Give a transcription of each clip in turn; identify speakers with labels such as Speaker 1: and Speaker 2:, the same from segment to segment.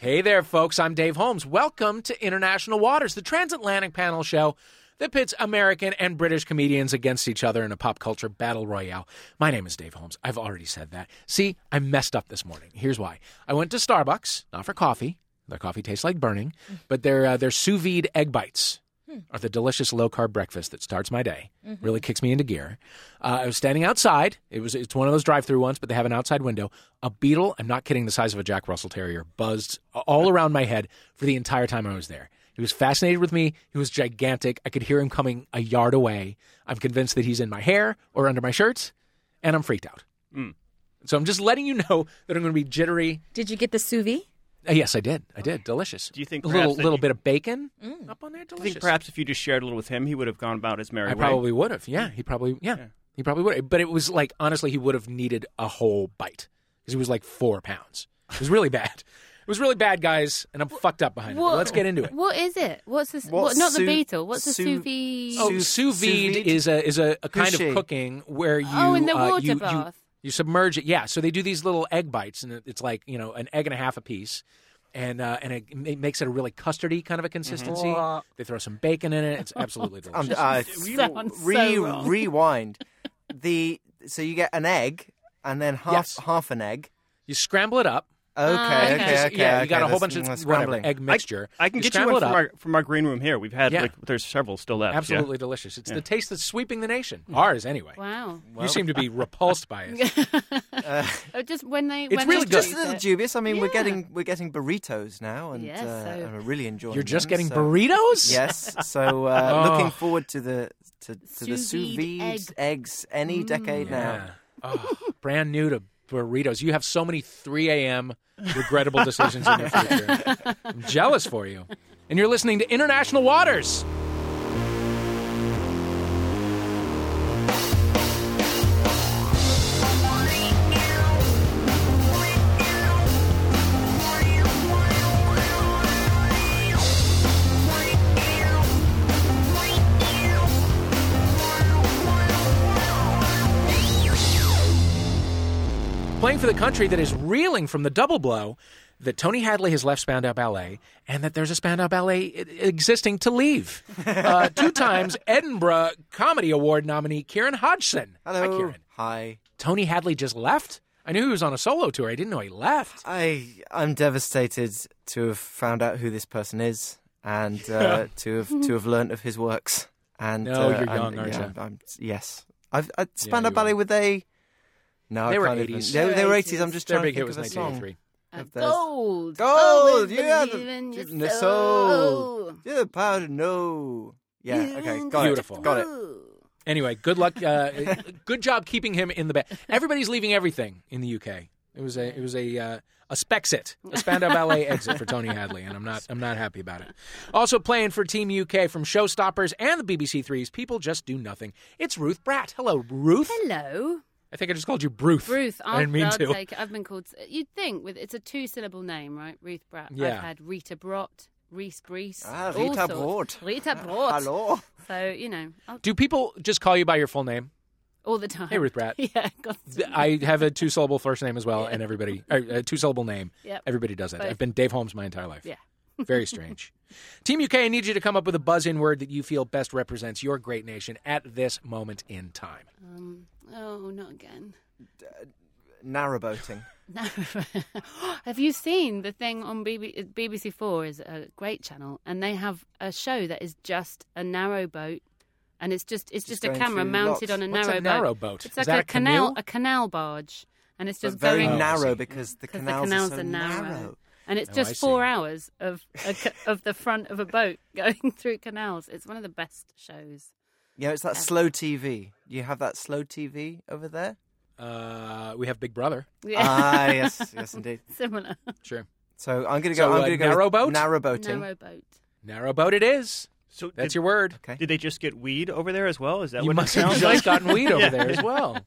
Speaker 1: Hey there, folks. I'm Dave Holmes. Welcome to International Waters, the transatlantic panel show that pits American and British comedians against each other in a pop culture battle royale. My name is Dave Holmes. I've already said that. See, I messed up this morning. Here's why. I went to Starbucks, not for coffee. Their coffee tastes like burning, but their, uh, their sous vide egg bites are the delicious low carb breakfast that starts my day. Really kicks me into gear. Uh, I was standing outside. It was it's one of those drive through ones, but they have an outside window. A beetle, I'm not kidding, the size of a Jack Russell Terrier, buzzed a- all around my head for the entire time I was there. He was fascinated with me. He was gigantic. I could hear him coming a yard away. I'm convinced that he's in my hair or under my shirt, and I'm freaked out.
Speaker 2: Mm.
Speaker 1: So I'm just letting you know that I'm going to be jittery.
Speaker 3: Did you get the sous vide?
Speaker 1: Uh, yes, I did. I did. Delicious.
Speaker 2: Do you think
Speaker 1: a
Speaker 2: perhaps
Speaker 1: little
Speaker 2: that
Speaker 1: little
Speaker 2: you-
Speaker 1: bit of bacon up on there?
Speaker 2: I
Speaker 1: Delicious.
Speaker 2: think perhaps if you just shared a little with him, he would have gone about his merry
Speaker 1: I
Speaker 2: way.
Speaker 1: probably would have. Yeah, he probably. Yeah, he probably would. have. But it was like honestly, he would have needed a whole bite because he was like four pounds. It was really bad. It was really bad, guys, and I'm fucked up behind it.
Speaker 4: What-
Speaker 1: But Let's get into it.
Speaker 4: What is it? What's this?
Speaker 5: What's
Speaker 4: What, not the
Speaker 5: sous-
Speaker 4: beetle. What's the sous
Speaker 5: sous-
Speaker 4: vide?
Speaker 1: Oh,
Speaker 5: Sous-
Speaker 1: sous vide
Speaker 5: sous vide?
Speaker 1: is a is a, a kind of
Speaker 5: Sushi.
Speaker 1: cooking where you
Speaker 4: Oh, in the
Speaker 1: uh,
Speaker 4: water
Speaker 1: you, you-
Speaker 4: bath.
Speaker 1: you submerge it. Yeah, so they do these little egg bites, and it- it's like you know an egg and a half a piece. And uh, and it, it makes it a really custardy kind of a consistency.
Speaker 4: Mm-hmm.
Speaker 5: Whoa.
Speaker 1: They throw some bacon in it. It's absolutely
Speaker 5: Um,
Speaker 1: delicious.
Speaker 5: uh,
Speaker 4: sounds
Speaker 5: re-
Speaker 4: so wrong.
Speaker 5: rewind. The so you get an egg and then half
Speaker 1: Yes.
Speaker 5: half an egg.
Speaker 1: you scramble it up.
Speaker 5: Okay,
Speaker 4: okay.
Speaker 5: okay,
Speaker 1: You
Speaker 5: okay,
Speaker 1: just- yeah,
Speaker 5: okay,
Speaker 1: you got a whole
Speaker 5: this-
Speaker 1: bunch of
Speaker 5: mm,
Speaker 1: whatever,
Speaker 5: scrambling.
Speaker 1: egg mixture.
Speaker 2: I can
Speaker 1: You
Speaker 2: get you
Speaker 1: scramble
Speaker 2: one
Speaker 1: it
Speaker 2: from
Speaker 1: up.
Speaker 2: our, from our green room here. We've had
Speaker 1: Yeah.
Speaker 2: like there's several still left. yeah. Mm.
Speaker 1: Absolutely delicious. It's the taste that's sweeping the nation. Ours, anyway.
Speaker 4: Wow.
Speaker 1: You seem to be repulsed by it.
Speaker 4: Oh, just when they.
Speaker 1: It's
Speaker 4: when
Speaker 1: really
Speaker 4: they
Speaker 1: good.
Speaker 5: Just a
Speaker 4: do
Speaker 5: little
Speaker 4: it.
Speaker 5: dubious. I mean, we're
Speaker 4: Yeah.
Speaker 5: getting we're getting burritos now, and,
Speaker 4: Yes,
Speaker 5: uh,
Speaker 4: so-
Speaker 5: and we're really enjoying.
Speaker 1: You're just
Speaker 5: them,
Speaker 1: getting
Speaker 5: so-
Speaker 1: burritos.
Speaker 5: Yes, so uh,
Speaker 1: Oh.
Speaker 5: looking forward to the to, to the
Speaker 4: Sous
Speaker 5: sous
Speaker 4: vide
Speaker 5: vide
Speaker 4: egg.
Speaker 5: eggs any decade
Speaker 1: Mm. Yeah.
Speaker 5: now.
Speaker 1: Oh, brand new to burritos. You have so many 3 a.m. regrettable decisions in your future. I'm jealous for you. And you're listening to International Waters. playing for the country that is reeling from the double blow that Tony Hadley has left Spandau Ballet and that there's a Spandau Ballet i- existing to leave. Uh, two times Edinburgh Comedy Award nominee Kieran Hodgson.
Speaker 5: Hello,
Speaker 1: Hi, Kieran.
Speaker 5: hi.
Speaker 1: Tony Hadley just left? I knew he was on a solo tour. I didn't know he left.
Speaker 5: I I'm devastated to have found out who this person is and uh, to have to have learnt of his works. And
Speaker 1: No,
Speaker 5: uh,
Speaker 1: you're
Speaker 5: I'm-
Speaker 1: young, aren't
Speaker 5: yeah,
Speaker 1: you?
Speaker 5: I'm, yes, I've I, Spandau
Speaker 1: you
Speaker 5: Ballet
Speaker 1: are.
Speaker 5: were they? No,
Speaker 1: They
Speaker 5: I
Speaker 1: were
Speaker 5: can't even-
Speaker 1: 80s.
Speaker 5: They, they were
Speaker 4: They're
Speaker 5: eighties. I'm just
Speaker 1: Their
Speaker 5: trying
Speaker 1: big
Speaker 5: to
Speaker 1: hit was
Speaker 5: think of a song.
Speaker 1: 1983.
Speaker 4: Uh,
Speaker 5: If there's-
Speaker 4: Gold.
Speaker 5: Gold,
Speaker 4: Always
Speaker 5: yeah, the,
Speaker 4: believe in your
Speaker 5: the soul. Yeah, the power to know. Yeah, okay, got
Speaker 1: Beautiful.
Speaker 5: it, got it.
Speaker 1: Anyway, good luck. Uh, good job keeping him in the band. Everybody's leaving everything in the UK. It was a it was a uh, a Spexit, a Spandau Ballet exit for Tony Hadley, and I'm not I'm not happy about it. Also playing for Team UK from Showstoppers and the BBC Threes. People just do nothing. It's Ruth Bratt. Hello, Ruth.
Speaker 4: Hello,
Speaker 1: I think I just called you Bruth.
Speaker 4: Ruth. I'll,
Speaker 1: I didn't mean
Speaker 4: I'll
Speaker 1: to.
Speaker 4: take it. I've been called. You'd think with it's a two-syllable name, right? Ruth Bratt.
Speaker 1: Yeah.
Speaker 4: I've had Rita Brott, Reese Brees.
Speaker 5: Ah,
Speaker 4: all
Speaker 5: Rita
Speaker 4: sorts.
Speaker 5: Brott. Ah,
Speaker 4: Rita Brott.
Speaker 5: Hello.
Speaker 4: So you know, I'll,
Speaker 1: Do people just call you by your full name?
Speaker 4: all the time.
Speaker 1: Hey, Ruth Bratt.
Speaker 4: yeah, constantly.
Speaker 1: Th- I have a two syllable first name as well, and everybody or, a two syllable name.
Speaker 4: Yep.
Speaker 1: Everybody does that.
Speaker 4: Both.
Speaker 1: I've been Dave Holmes my entire life.
Speaker 4: Yeah.
Speaker 1: Very strange. Team UK, I need you to come up with a buzz in word that you feel best represents your great nation at this moment in time.
Speaker 4: Um, oh, not again.
Speaker 5: Narrowboating.
Speaker 4: No. have you seen the thing on BB- uh, BBC Four? Is a great channel, and they have a show that is just a narrow boat, and it's just it's
Speaker 5: Just
Speaker 4: just, a
Speaker 5: going
Speaker 4: camera
Speaker 5: through
Speaker 4: mounted
Speaker 5: locks.
Speaker 4: on a
Speaker 1: What's a
Speaker 4: narrow boat.
Speaker 1: narrow boat?
Speaker 4: It's
Speaker 1: Is
Speaker 4: like
Speaker 1: that
Speaker 4: a,
Speaker 1: a
Speaker 4: canal
Speaker 1: canoe?
Speaker 4: a canal barge, and it's
Speaker 5: But
Speaker 4: just
Speaker 5: very
Speaker 1: Oh, I
Speaker 4: going
Speaker 5: narrow
Speaker 1: see.
Speaker 5: because the
Speaker 4: because the
Speaker 5: canals,
Speaker 4: canals
Speaker 5: are, so
Speaker 4: narrow.
Speaker 5: narrow.
Speaker 4: And it's
Speaker 1: Oh, I
Speaker 4: just four
Speaker 1: see.
Speaker 4: hours of a, ca- of the front of a boat going through canals. It's one of the best shows.
Speaker 5: Yeah, it's that slow TV. You have that slow TV over there?
Speaker 1: Uh, we have Big Brother.
Speaker 5: Ah, yes, yes, indeed.
Speaker 4: similar.
Speaker 1: Sure.
Speaker 5: So I'm going to
Speaker 1: So,
Speaker 5: go.
Speaker 1: uh,
Speaker 5: I'm going to go
Speaker 1: narrowboat?
Speaker 5: with narrowboating.
Speaker 4: Narrow boat.
Speaker 1: Narrow boat it is.
Speaker 2: So
Speaker 1: That's
Speaker 2: did,
Speaker 1: your word.
Speaker 5: Okay.
Speaker 2: Did they just get weed over there as well? Is that
Speaker 1: You
Speaker 2: what
Speaker 1: must
Speaker 2: it
Speaker 1: have
Speaker 2: sounds
Speaker 1: just
Speaker 2: like?
Speaker 1: gotten weed over
Speaker 2: Yeah.
Speaker 1: there as well.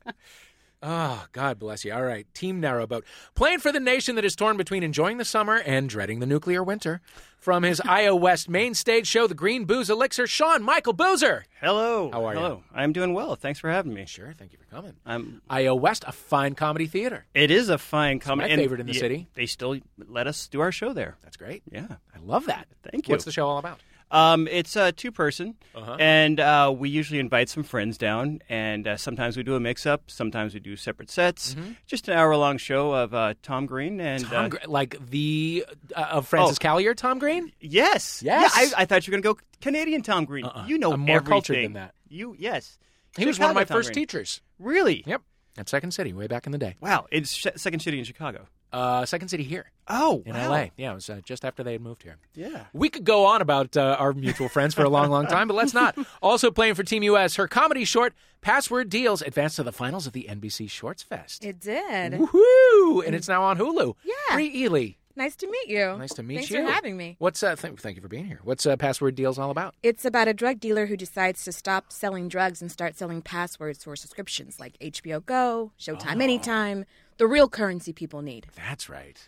Speaker 1: Oh, God bless you. All right, Team Narrowboat. Playing for the nation that is torn between enjoying the summer and dreading the nuclear winter. From his Iowa West main stage show, The Green Booze Elixir, Sean Michael Boozer.
Speaker 2: Hello.
Speaker 1: How are you?
Speaker 2: Hello. I'm doing well. Thanks for having me.
Speaker 1: Sure, thank you for coming.
Speaker 2: I'm.
Speaker 1: Iowa West, a fine comedy theater.
Speaker 2: It is a fine comedy.
Speaker 1: my
Speaker 2: and
Speaker 1: favorite in the
Speaker 2: y-
Speaker 1: city.
Speaker 2: They still let us do our show there.
Speaker 1: That's great.
Speaker 2: Yeah.
Speaker 1: I love that.
Speaker 2: Thank you.
Speaker 1: What's the show all about?
Speaker 2: Um, it's a two person,
Speaker 1: Uh-huh.
Speaker 2: and uh, we usually invite some friends down, and uh, sometimes we do a mix up, sometimes we do separate sets. Just an hour long show of uh, Tom Green and
Speaker 1: Mm-hmm. Tom
Speaker 2: uh,
Speaker 1: Gre- like the uh, of Francis
Speaker 2: Oh.
Speaker 1: Callier, Tom Green.
Speaker 2: yes,
Speaker 1: Yes. Uh-uh.
Speaker 2: yeah, I, I thought you were going to go Canadian Tom Green. Uh-uh. You know
Speaker 1: I'm more
Speaker 2: everything.
Speaker 1: cultured than that.
Speaker 2: You yes,
Speaker 1: He was one of
Speaker 2: Chicago
Speaker 1: my
Speaker 2: Tom
Speaker 1: first
Speaker 2: Green.
Speaker 1: teachers.
Speaker 2: Really?
Speaker 1: Yep, at Second City, way back in the day.
Speaker 2: Wow, it's sh- second city in Chicago.
Speaker 1: Uh, Second City here
Speaker 2: Oh,
Speaker 1: in
Speaker 2: wow.
Speaker 1: L.A. Yeah, it was uh, just after they had moved here.
Speaker 2: Yeah.
Speaker 1: We could go on about uh, our mutual friends for a long, long time, but let's not. Also playing for Team U.S., her comedy short "Password Deals" advanced to the finals of the NBC Shorts Fest.
Speaker 6: It did.
Speaker 1: Woohoo! And it's now on Hulu.
Speaker 6: Yeah.
Speaker 1: Bree Ely,
Speaker 6: Nice to meet you.
Speaker 1: nice to meet
Speaker 6: Thanks
Speaker 1: you.
Speaker 6: for having me.
Speaker 1: What's uh, th- thank you for being here. What's uh, "Password Deals" all about?
Speaker 6: It's about a drug dealer who decides to stop selling drugs and start selling passwords for subscriptions like HBO Go, Showtime
Speaker 1: Ah.
Speaker 6: Anytime, the real currency people need.
Speaker 1: That's right.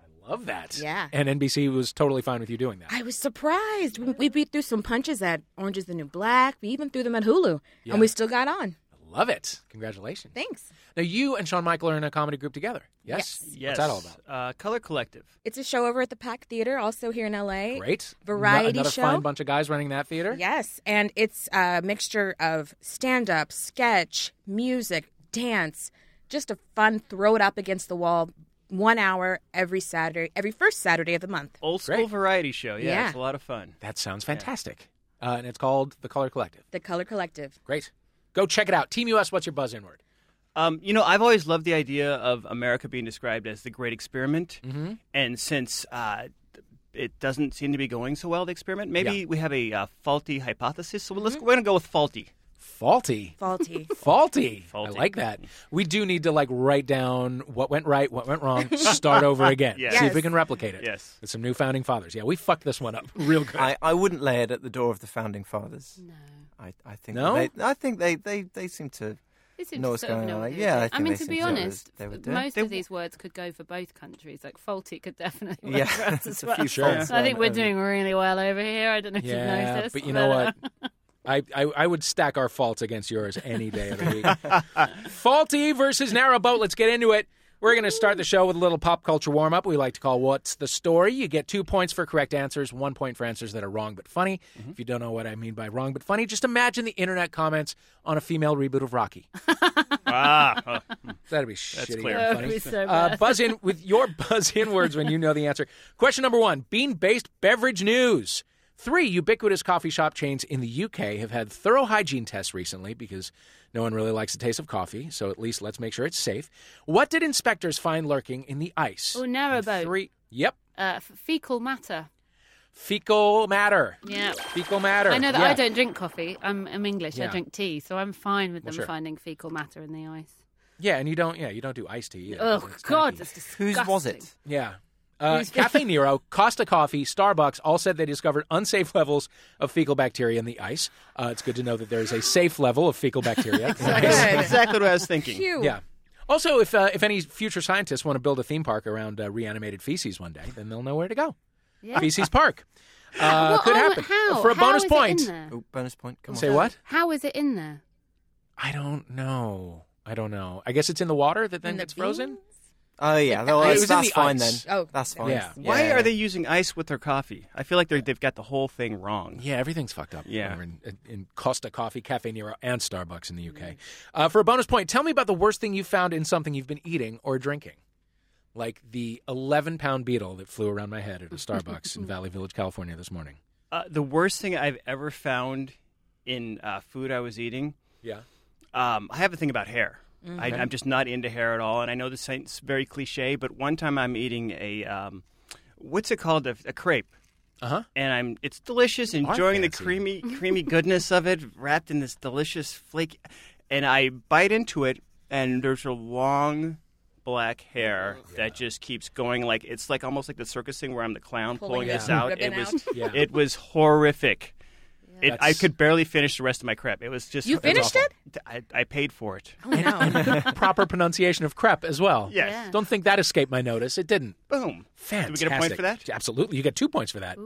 Speaker 1: I love that.
Speaker 6: Yeah.
Speaker 1: And NBC was totally fine with you doing that.
Speaker 6: I was surprised. We, we beat through some punches at Orange is the New Black. We even threw them at Hulu,
Speaker 1: Yeah.
Speaker 6: and we still got on.
Speaker 1: Love it. Congratulations.
Speaker 6: Thanks.
Speaker 1: Now, you and Shawn Michael are in a comedy group together. Yes?
Speaker 2: Yes.
Speaker 1: What's that all about?
Speaker 2: Uh, Color Collective.
Speaker 6: It's a show over at the Pack Theater, also here in LA.
Speaker 1: Great.
Speaker 6: Variety
Speaker 1: No- another
Speaker 6: show.
Speaker 1: fine bunch of guys running that theater.
Speaker 6: Yes, and it's a mixture of stand up, sketch, music, dance, just a fun throw it up against the wall, one hour every Saturday, every first Saturday of the month.
Speaker 2: Old school
Speaker 1: Great.
Speaker 2: variety show. Yeah,
Speaker 6: Yeah.
Speaker 2: it's a lot of fun.
Speaker 1: That sounds fantastic. Uh, and it's called The Color Collective.
Speaker 6: The Color Collective.
Speaker 1: Great. Go check it out. Team US, what's your buzz in word?
Speaker 2: Um, you know, I've always loved the idea of America being described as the great experiment, and since uh, it doesn't seem to be going so well, the experiment, maybe we have a uh, faulty hypothesis. So let's we're going to go with faulty.
Speaker 1: Faulty.
Speaker 6: Faulty.
Speaker 1: Faulty.
Speaker 2: Faulty.
Speaker 1: I like that. We do need to like write down what went right, what went wrong, start over again.
Speaker 2: Yes.
Speaker 1: See if we
Speaker 6: Yes.
Speaker 1: can replicate it.
Speaker 2: Yes.
Speaker 1: With some new founding fathers. Yeah, we fucked this one up real good.
Speaker 5: I, I wouldn't lay it at the door of the founding fathers.
Speaker 4: No.
Speaker 5: I, I think
Speaker 1: No?
Speaker 5: they, I think they, they, they seem to
Speaker 4: They seem
Speaker 5: Know
Speaker 4: to
Speaker 5: what's
Speaker 4: sort of
Speaker 5: going
Speaker 4: know
Speaker 5: on.
Speaker 4: what they're
Speaker 5: Yeah, I
Speaker 4: doing. I
Speaker 5: think
Speaker 4: mean,
Speaker 5: they
Speaker 4: to
Speaker 5: seem
Speaker 4: be
Speaker 5: to know what
Speaker 4: honest,
Speaker 5: they were doing.
Speaker 4: most
Speaker 2: They
Speaker 4: of
Speaker 2: w-
Speaker 4: these words could go for both countries. Like faulty could definitely work
Speaker 5: Yeah,
Speaker 4: for us
Speaker 5: it's
Speaker 4: as
Speaker 5: a
Speaker 4: well.
Speaker 5: few Sure.
Speaker 4: So I think
Speaker 5: faults.
Speaker 4: we're doing really well over here. I don't know if you've
Speaker 1: Yeah,
Speaker 4: noticed,
Speaker 1: but you know
Speaker 4: uh,
Speaker 1: what? I, I, I would stack our faults against yours any day of the week. Faulty versus narrowboat. Let's get into it. We're going to start the show with a little pop culture warm up. We like to call What's the Story? You get two points for correct answers, one point for answers that are wrong but funny. If you don't know what I mean by wrong but funny, just imagine the internet comments on a female reboot of Rocky.
Speaker 2: ah, oh,
Speaker 1: That'd be That's shitty.
Speaker 2: clear.
Speaker 1: and
Speaker 4: That would
Speaker 1: funny.
Speaker 4: be so
Speaker 1: uh,
Speaker 4: bad.
Speaker 1: buzz in with your buzz in words when you know the answer. Question number one bean based beverage news. Three ubiquitous coffee shop chains in the UK have had thorough hygiene tests recently because no one really likes the taste of coffee, so at least let's make sure it's safe. What did inspectors find lurking in the ice?
Speaker 4: Oh, narrowboat.
Speaker 1: Three. Yep.
Speaker 4: Uh, f- fecal matter.
Speaker 1: Fecal matter.
Speaker 4: Yeah.
Speaker 1: Fecal matter.
Speaker 4: I know that
Speaker 1: Yeah.
Speaker 4: I don't drink coffee. I'm, I'm English.
Speaker 1: Yeah.
Speaker 4: I drink tea, so I'm fine with
Speaker 1: Well,
Speaker 4: them
Speaker 1: sure.
Speaker 4: finding fecal matter in the ice.
Speaker 1: Yeah, and you don't. Yeah, you don't do iced tea. Either,
Speaker 4: Oh
Speaker 1: It's
Speaker 4: God,
Speaker 1: tacky.
Speaker 4: that's disgusting.
Speaker 5: whose was it?
Speaker 1: Yeah. Uh, Cafe Nero, Costa Coffee, Starbucks all said they discovered unsafe levels of fecal bacteria in the ice. Uh, it's good to know that there is a safe level of fecal bacteria.
Speaker 2: that's exactly what I was thinking.
Speaker 6: Cute.
Speaker 1: Yeah. Also, if uh, if any future scientists want to build a theme park around uh, reanimated feces one day, then they'll know where to go.
Speaker 4: Yeah.
Speaker 1: Feces Park uh,
Speaker 4: What
Speaker 1: could
Speaker 4: are-
Speaker 1: happen
Speaker 4: How?
Speaker 1: for a
Speaker 4: How
Speaker 1: bonus
Speaker 4: is it
Speaker 1: point.
Speaker 4: in there?
Speaker 5: Oh, bonus point. Come on.
Speaker 1: Say what?
Speaker 4: How is it in there?
Speaker 1: I don't know. I don't know. I guess it's in the water that then
Speaker 6: And the
Speaker 1: gets frozen.
Speaker 6: beans?
Speaker 5: Oh yeah,
Speaker 1: It
Speaker 5: well,
Speaker 1: was
Speaker 5: that's,
Speaker 1: in
Speaker 5: that's
Speaker 1: the
Speaker 5: fine
Speaker 1: ice.
Speaker 5: then.
Speaker 6: Oh,
Speaker 5: that's fine.
Speaker 1: Yeah.
Speaker 2: Why
Speaker 5: Yeah.
Speaker 2: are they using ice with their coffee? I feel like they're- they've got the whole thing wrong.
Speaker 1: Yeah, everything's fucked up.
Speaker 2: Yeah.
Speaker 1: over In, in Costa Coffee, Cafe Nero, and Starbucks in the UK. Uh, for a bonus point, tell me about the worst thing you found in something you've been eating or drinking. Like the 11 pound beetle that flew around my head at a Starbucks in Valley Village, California this morning.
Speaker 2: Uh, the worst thing I've ever found in uh, food I was eating
Speaker 1: Yeah.
Speaker 2: um, I have a thing about hair. I, I'm just not into hair at all, and I know this sounds very cliche, but one time I'm eating a um, what's it called a, a crepe,
Speaker 1: Uh huh.
Speaker 2: and I'm it's delicious,
Speaker 1: are
Speaker 2: enjoying the
Speaker 1: fancy.
Speaker 2: creamy creamy goodness of it, wrapped in this delicious flake, and I bite into it, and there's a long black hair that just keeps going like it's like almost like the circus thing where I'm the clown pulling,
Speaker 6: Pulling
Speaker 2: this
Speaker 6: the
Speaker 2: out.
Speaker 6: ribbon
Speaker 2: It was
Speaker 1: out. Yeah.
Speaker 2: it was horrific. It, I
Speaker 1: That's-
Speaker 2: could barely finish the rest of my crep. It was just
Speaker 6: You
Speaker 2: it's
Speaker 6: finished
Speaker 2: awful. I, I paid for it.
Speaker 6: Oh no.
Speaker 1: Proper pronunciation of crepe as well.
Speaker 2: Yes.
Speaker 4: Yeah.
Speaker 1: Don't think that escaped my notice. It didn't.
Speaker 2: Boom.
Speaker 1: Fantastic.
Speaker 2: Did we get a point for that?
Speaker 1: Absolutely. You get two points for that.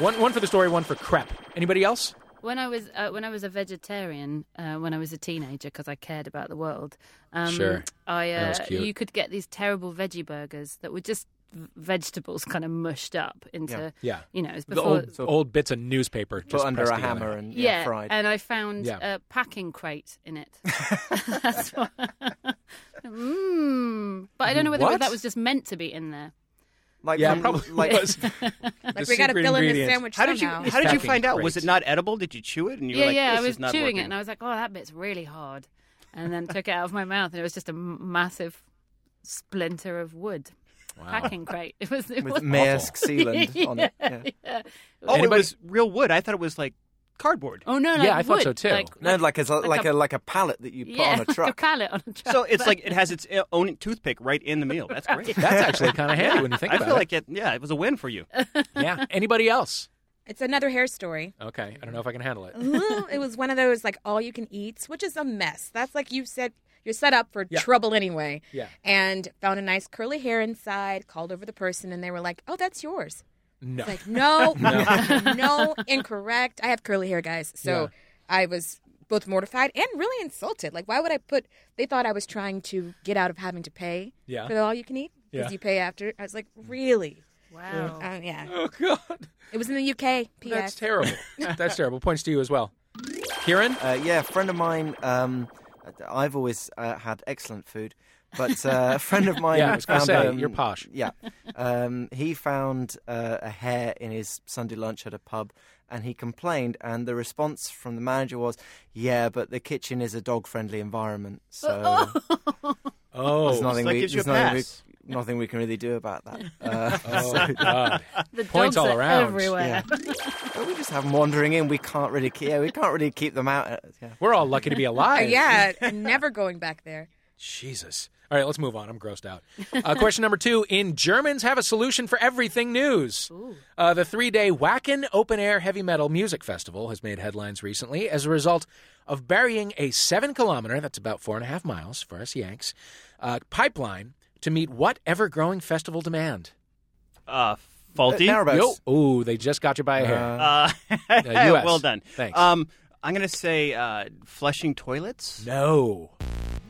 Speaker 1: One, one for the story, one for crepe. Anybody else?
Speaker 4: When I was uh, when I was a vegetarian, uh, when I was a teenager, because I cared about the world. Um,
Speaker 1: Sure.
Speaker 4: I
Speaker 1: That
Speaker 4: uh,
Speaker 1: was cute.
Speaker 4: you could get these terrible veggie burgers that were just v- vegetables kind of mushed up into
Speaker 1: Yeah.
Speaker 4: you know it was
Speaker 1: The
Speaker 4: before
Speaker 1: old, old bits of newspaper just
Speaker 5: Put under
Speaker 1: pressed
Speaker 5: a
Speaker 1: together.
Speaker 5: hammer and
Speaker 4: yeah, um,
Speaker 5: yeah, fried.
Speaker 4: and I found
Speaker 1: Yeah.
Speaker 4: a packing crate in it. That's what. mm. But I don't know whether
Speaker 1: What?
Speaker 4: that was just meant to be in there.
Speaker 5: like
Speaker 1: Yeah,
Speaker 5: um,
Speaker 1: probably
Speaker 5: like
Speaker 1: was.
Speaker 6: Like we got to fill in this sandwich
Speaker 2: How did you
Speaker 6: somehow.
Speaker 2: How did you
Speaker 1: Packing
Speaker 2: find out? Was
Speaker 1: crate.
Speaker 2: it not edible? Did you chew it? And you
Speaker 4: yeah,
Speaker 2: were like,
Speaker 4: yeah.
Speaker 2: this
Speaker 4: I was
Speaker 2: is not
Speaker 4: chewing
Speaker 2: working.
Speaker 4: it, and I was like, "Oh, that bit's really hard," and then took it out of my mouth, and it was just a m- massive splinter of wood packing crate. It was. It
Speaker 5: with
Speaker 4: was
Speaker 5: Maersk sealant on it. Yeah.
Speaker 4: yeah.
Speaker 2: oh,
Speaker 1: Anybody-
Speaker 2: it was real wood. I thought it was like cardboard.
Speaker 4: Oh no! Like
Speaker 1: Yeah, I thought so
Speaker 4: wood,
Speaker 1: too.
Speaker 4: Like,
Speaker 5: No, like a like,
Speaker 4: Like
Speaker 5: a, like a pallet that you put
Speaker 4: yeah,
Speaker 5: on a
Speaker 4: like
Speaker 5: truck.
Speaker 4: pallet on a truck.
Speaker 2: So it's like it has its own toothpick right in the meal. That's great.
Speaker 1: That's actually kind of handy when you think
Speaker 2: I
Speaker 1: about
Speaker 2: feel
Speaker 1: it.
Speaker 2: like it. Yeah, it was a win for you.
Speaker 1: yeah. Anybody else?
Speaker 6: It's another hair story.
Speaker 1: Okay. I don't know if I can handle it.
Speaker 6: Ooh, Mm, it was one of those like all you can eats, which is a mess. That's like you said, you're set up for
Speaker 1: Yeah.
Speaker 6: trouble anyway.
Speaker 1: Yeah.
Speaker 6: And found a nice curly hair inside. Called over the person, and they were like, "Oh, that's yours."
Speaker 1: No.
Speaker 6: It's like no, no, incorrect. I have curly hair, guys. So
Speaker 1: Yeah.
Speaker 6: I was both mortified and really insulted. Like, why would I put? They thought I was trying to get out of having to pay
Speaker 1: Yeah.
Speaker 6: for the all you can eat because
Speaker 1: Yeah.
Speaker 6: you pay after. I was like, really?
Speaker 4: wow.
Speaker 6: Oh yeah.
Speaker 1: oh God.
Speaker 6: It was in the UK. P.S.
Speaker 1: That's terrible. That's terrible. Points to you as well. Kieran?
Speaker 5: Uh, yeah, a friend of mine. Um, I've always uh, had excellent food, but uh, a friend of mine.
Speaker 1: Yeah, I was gonna
Speaker 5: found,
Speaker 1: say,
Speaker 5: um,
Speaker 1: you're posh.
Speaker 5: Yeah, um, he found uh, a hair in his Sunday lunch at a pub, and he complained. And the response from the manager was, "Yeah, but the kitchen is a dog-friendly environment, so
Speaker 1: Oh.
Speaker 5: there's nothing
Speaker 2: that
Speaker 5: we
Speaker 2: gives you
Speaker 5: there's
Speaker 2: a
Speaker 5: nothing
Speaker 2: pass.
Speaker 5: we, nothing we can really do about that." Uh,
Speaker 1: oh God.
Speaker 4: the
Speaker 1: Points
Speaker 4: dogs
Speaker 1: all
Speaker 4: are
Speaker 1: around.
Speaker 4: everywhere.
Speaker 5: yeah, but we just have them wandering in. We can't really, keep, yeah, we can't really keep them out. uh, Yeah.
Speaker 1: We're all lucky to be alive.
Speaker 6: Uh, Yeah, and never going back there.
Speaker 1: Jesus. All right, let's move on. I'm grossed out. Uh, question number two In Germans have a solution for everything news. Uh, the three day Wacken Open Air Heavy Metal Music Festival has made headlines recently as a result of burying a seven kilometer, that's about four and a half miles for us Yanks, uh, pipeline to meet what ever growing festival demand.
Speaker 2: Uh, faulty.
Speaker 5: Narrowboats.
Speaker 1: Yo. Ooh, they just got you by a hair.
Speaker 2: Uh,
Speaker 1: US.
Speaker 2: well done.
Speaker 1: Thanks.
Speaker 2: Um, I'm gonna say uh, flushing toilets.
Speaker 1: no.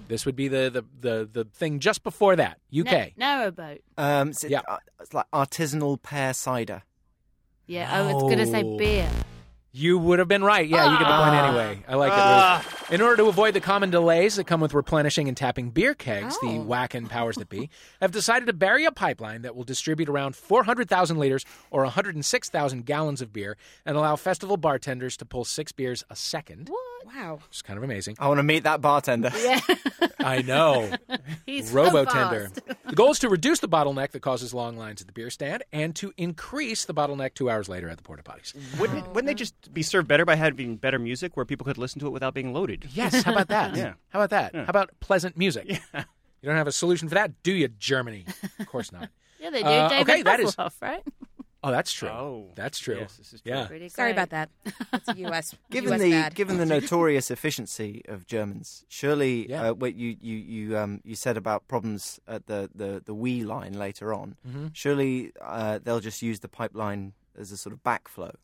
Speaker 1: This would be the, the, the, the thing just before that. UK.
Speaker 4: Na- narrow boat.
Speaker 5: Um, it's,
Speaker 1: Yeah.
Speaker 5: uh, it's like artisanal pear cider.
Speaker 4: Yeah, I was gonna say
Speaker 1: No.
Speaker 4: beer.
Speaker 1: You would have been right. Yeah, you get the point anyway. I like it. Liz. In order to avoid the common delays that come with replenishing and tapping beer kegs, the
Speaker 6: Oh.
Speaker 1: Wacken powers that be have decided to bury a pipeline that will distribute around 400,000 liters or 106,000 gallons of beer and allow festival bartenders to pull six beers a second.
Speaker 6: Wow.
Speaker 1: Which is kind of amazing.
Speaker 5: I want to meet that bartender.
Speaker 4: Yeah,
Speaker 1: I know.
Speaker 4: he's so
Speaker 1: Robotender.
Speaker 4: fast.
Speaker 1: the goal is to reduce the bottleneck that causes long lines at the beer stand and to increase the bottleneck two hours later at the porta potties.
Speaker 2: Wouldn't it, wouldn't they just be served better by having better music where people could listen to it without being loaded?
Speaker 1: Yes, how about that?
Speaker 2: Yeah.
Speaker 1: How about that? How about pleasant music? You don't have a solution for that, do you, Germany? Of course not.
Speaker 4: Yeah, they do.
Speaker 1: Uh,
Speaker 4: David
Speaker 1: okay, that is-
Speaker 4: Hasselhoff, right?
Speaker 1: Oh, that's true.
Speaker 2: Oh.
Speaker 1: that's true.
Speaker 2: Yes, this is true.
Speaker 1: yeah.
Speaker 4: Pretty
Speaker 6: Sorry about
Speaker 4: great.
Speaker 6: that. That's a US.
Speaker 5: Given
Speaker 6: US
Speaker 5: the
Speaker 6: bad.
Speaker 5: given the notorious efficiency of Germans, surely
Speaker 1: Yeah.
Speaker 5: uh, what you you you um you said about problems at the the the wee line later on,
Speaker 1: Mm-hmm.
Speaker 5: surely uh, they'll just use the pipeline as a sort of backflow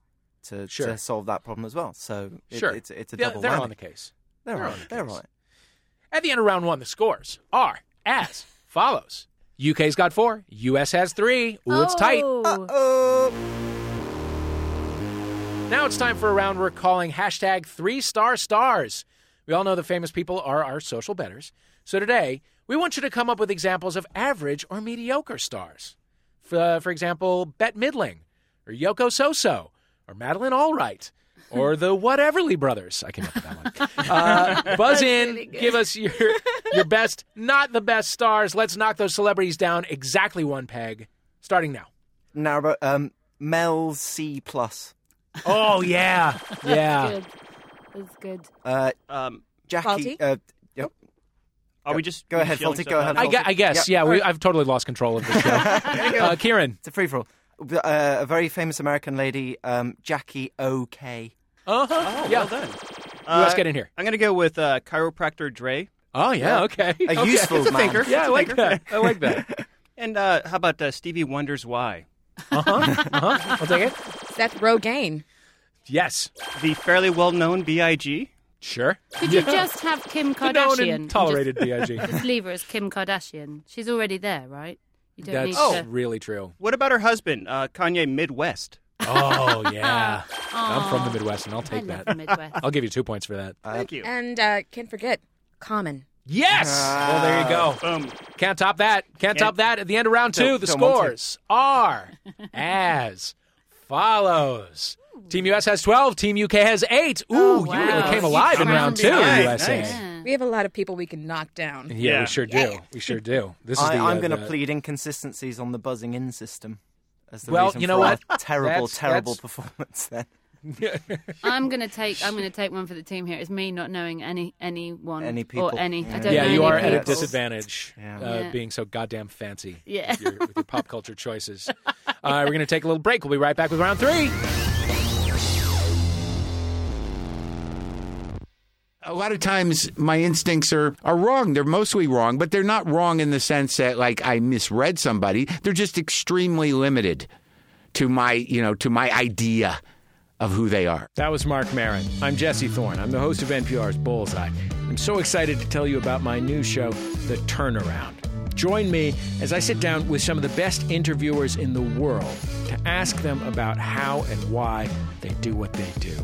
Speaker 5: to,
Speaker 1: Sure.
Speaker 5: to solve that problem as well. So it,
Speaker 1: sure.
Speaker 5: it's it's a
Speaker 1: They're-
Speaker 5: double
Speaker 1: They're
Speaker 5: whammy.
Speaker 1: on the case.
Speaker 5: They're,
Speaker 1: they're
Speaker 5: on.
Speaker 1: on the
Speaker 5: They're
Speaker 1: case.
Speaker 5: on.
Speaker 1: At the end of round one, the scores are as follows UK's got four, US has three. Ooh, it's tight.
Speaker 7: uh,
Speaker 4: Oh.
Speaker 5: Oh,
Speaker 1: Now it's time for a round we're calling hashtag three star stars. We all know the famous people are our social betters. So today, we want you to come up with examples of average or mediocre stars. For, for example, Bette Midling, or Yoko Soso, or Madeline Allwright, or the Whateverly Brothers. I came up with that one. Uh, buzz in, give us your, your best, not the best stars. Let's knock those celebrities down exactly one peg, starting now.
Speaker 5: narrow. Um, Mel C plus.
Speaker 1: Oh, yeah. Yeah.
Speaker 4: Good. That's good.
Speaker 5: Uh,
Speaker 2: Um,
Speaker 5: Jackie.
Speaker 6: Faulty?
Speaker 5: Uh, yep.
Speaker 2: are we just uh,
Speaker 5: Go ahead,
Speaker 2: yelling stuff
Speaker 5: Fulton, go
Speaker 2: out
Speaker 5: ahead.
Speaker 1: I,
Speaker 2: loud?
Speaker 1: gue- I guess, yeah.
Speaker 5: Yeah.
Speaker 1: We, I've totally lost control of this show. uh, Kieran.
Speaker 5: It's a free for all. Uh, a very famous American lady, um, Jackie O.K.
Speaker 7: Uh huh.
Speaker 2: Oh,
Speaker 7: yeah.
Speaker 2: well done.
Speaker 7: Who else get in here?
Speaker 2: Uh, I'm going to go with uh, chiropractor Dre.
Speaker 7: Oh yeah. Okay.
Speaker 5: A
Speaker 7: Okay.
Speaker 5: useful
Speaker 7: It's a
Speaker 5: man.
Speaker 7: thinker.
Speaker 5: It's
Speaker 7: Yeah,
Speaker 2: a
Speaker 7: I like
Speaker 2: thinker.
Speaker 7: that. I like that.
Speaker 2: And uh, how about uh, Stevie Wonder's Why?
Speaker 7: Uh huh. Uh huh. I'll take it.
Speaker 6: Seth Rogaine.
Speaker 7: Yes.
Speaker 2: The fairly well known B.I.G.
Speaker 7: Sure.
Speaker 4: Could you just have Kim
Speaker 7: The known
Speaker 4: Kardashian?
Speaker 7: and
Speaker 4: and
Speaker 7: tolerated Big.
Speaker 4: Just, just leave her as Kim Kardashian. She's already there, right? You don't
Speaker 7: That's
Speaker 4: need
Speaker 2: Oh.
Speaker 4: to.
Speaker 7: really true.
Speaker 2: What about her husband, uh, Kanye Midwest?
Speaker 7: Oh yeah. I'm from
Speaker 4: Aw.
Speaker 7: the Midwest, and I'll take
Speaker 4: I love
Speaker 7: that.
Speaker 4: the Midwest.
Speaker 7: I'll give you two points for that.
Speaker 2: Thank you.
Speaker 6: And uh, can't forget, Common.
Speaker 7: Yes. well, there you go.
Speaker 2: Boom.
Speaker 7: Can't top that. Can't top that. At the end of round two,
Speaker 5: Don't-
Speaker 7: the
Speaker 5: don't want to.
Speaker 7: scores are as follows. Team US has 12. Team UK has 8. Ooh,
Speaker 4: Oh,
Speaker 7: you really
Speaker 4: wow.
Speaker 7: came
Speaker 4: You
Speaker 7: alive in
Speaker 4: came
Speaker 7: round
Speaker 4: from
Speaker 7: two,
Speaker 2: behind.
Speaker 7: USA.
Speaker 2: Nice.
Speaker 4: Yeah.
Speaker 6: We have a lot of people we can knock down.
Speaker 7: Yeah,
Speaker 2: Yeah.
Speaker 7: we sure do. We sure do. This is
Speaker 5: I,
Speaker 7: the,
Speaker 5: I'm
Speaker 7: uh,
Speaker 5: going to
Speaker 7: the-
Speaker 5: plead inconsistencies on the buzzing in system as the
Speaker 7: Well,
Speaker 5: reason
Speaker 7: you know
Speaker 5: for our
Speaker 7: what?
Speaker 5: terrible,
Speaker 7: That's-
Speaker 5: terrible
Speaker 7: that's-
Speaker 5: performance. Then
Speaker 4: I'm gonna take. I'm gonna take one for the team here. It's me not knowing any anyone
Speaker 5: Any people.
Speaker 4: or any. I
Speaker 5: Yeah.
Speaker 4: don't
Speaker 7: Yeah,
Speaker 4: know
Speaker 7: you
Speaker 4: any
Speaker 7: are at a
Speaker 4: people.
Speaker 7: disadvantage
Speaker 5: Yeah.
Speaker 7: Uh,
Speaker 4: Yeah.
Speaker 7: being so goddamn fancy
Speaker 4: Yeah.
Speaker 7: with, your, with your pop culture choices. Uh, We're going to take a little break. We'll be right back with round three.
Speaker 8: A lot of times my instincts are, are wrong. They're mostly wrong, but they're not wrong in the sense that like I misread somebody. They're just extremely limited to my, you know, to my idea of who they are.
Speaker 1: That was Mark Marin. I'm Jesse Thorne. I'm the host of NPR's Bullseye. I'm so excited to tell you about my new show, The Turnaround. Join me as I sit down with some of the best interviewers in the world to ask them about how and why they do what they do.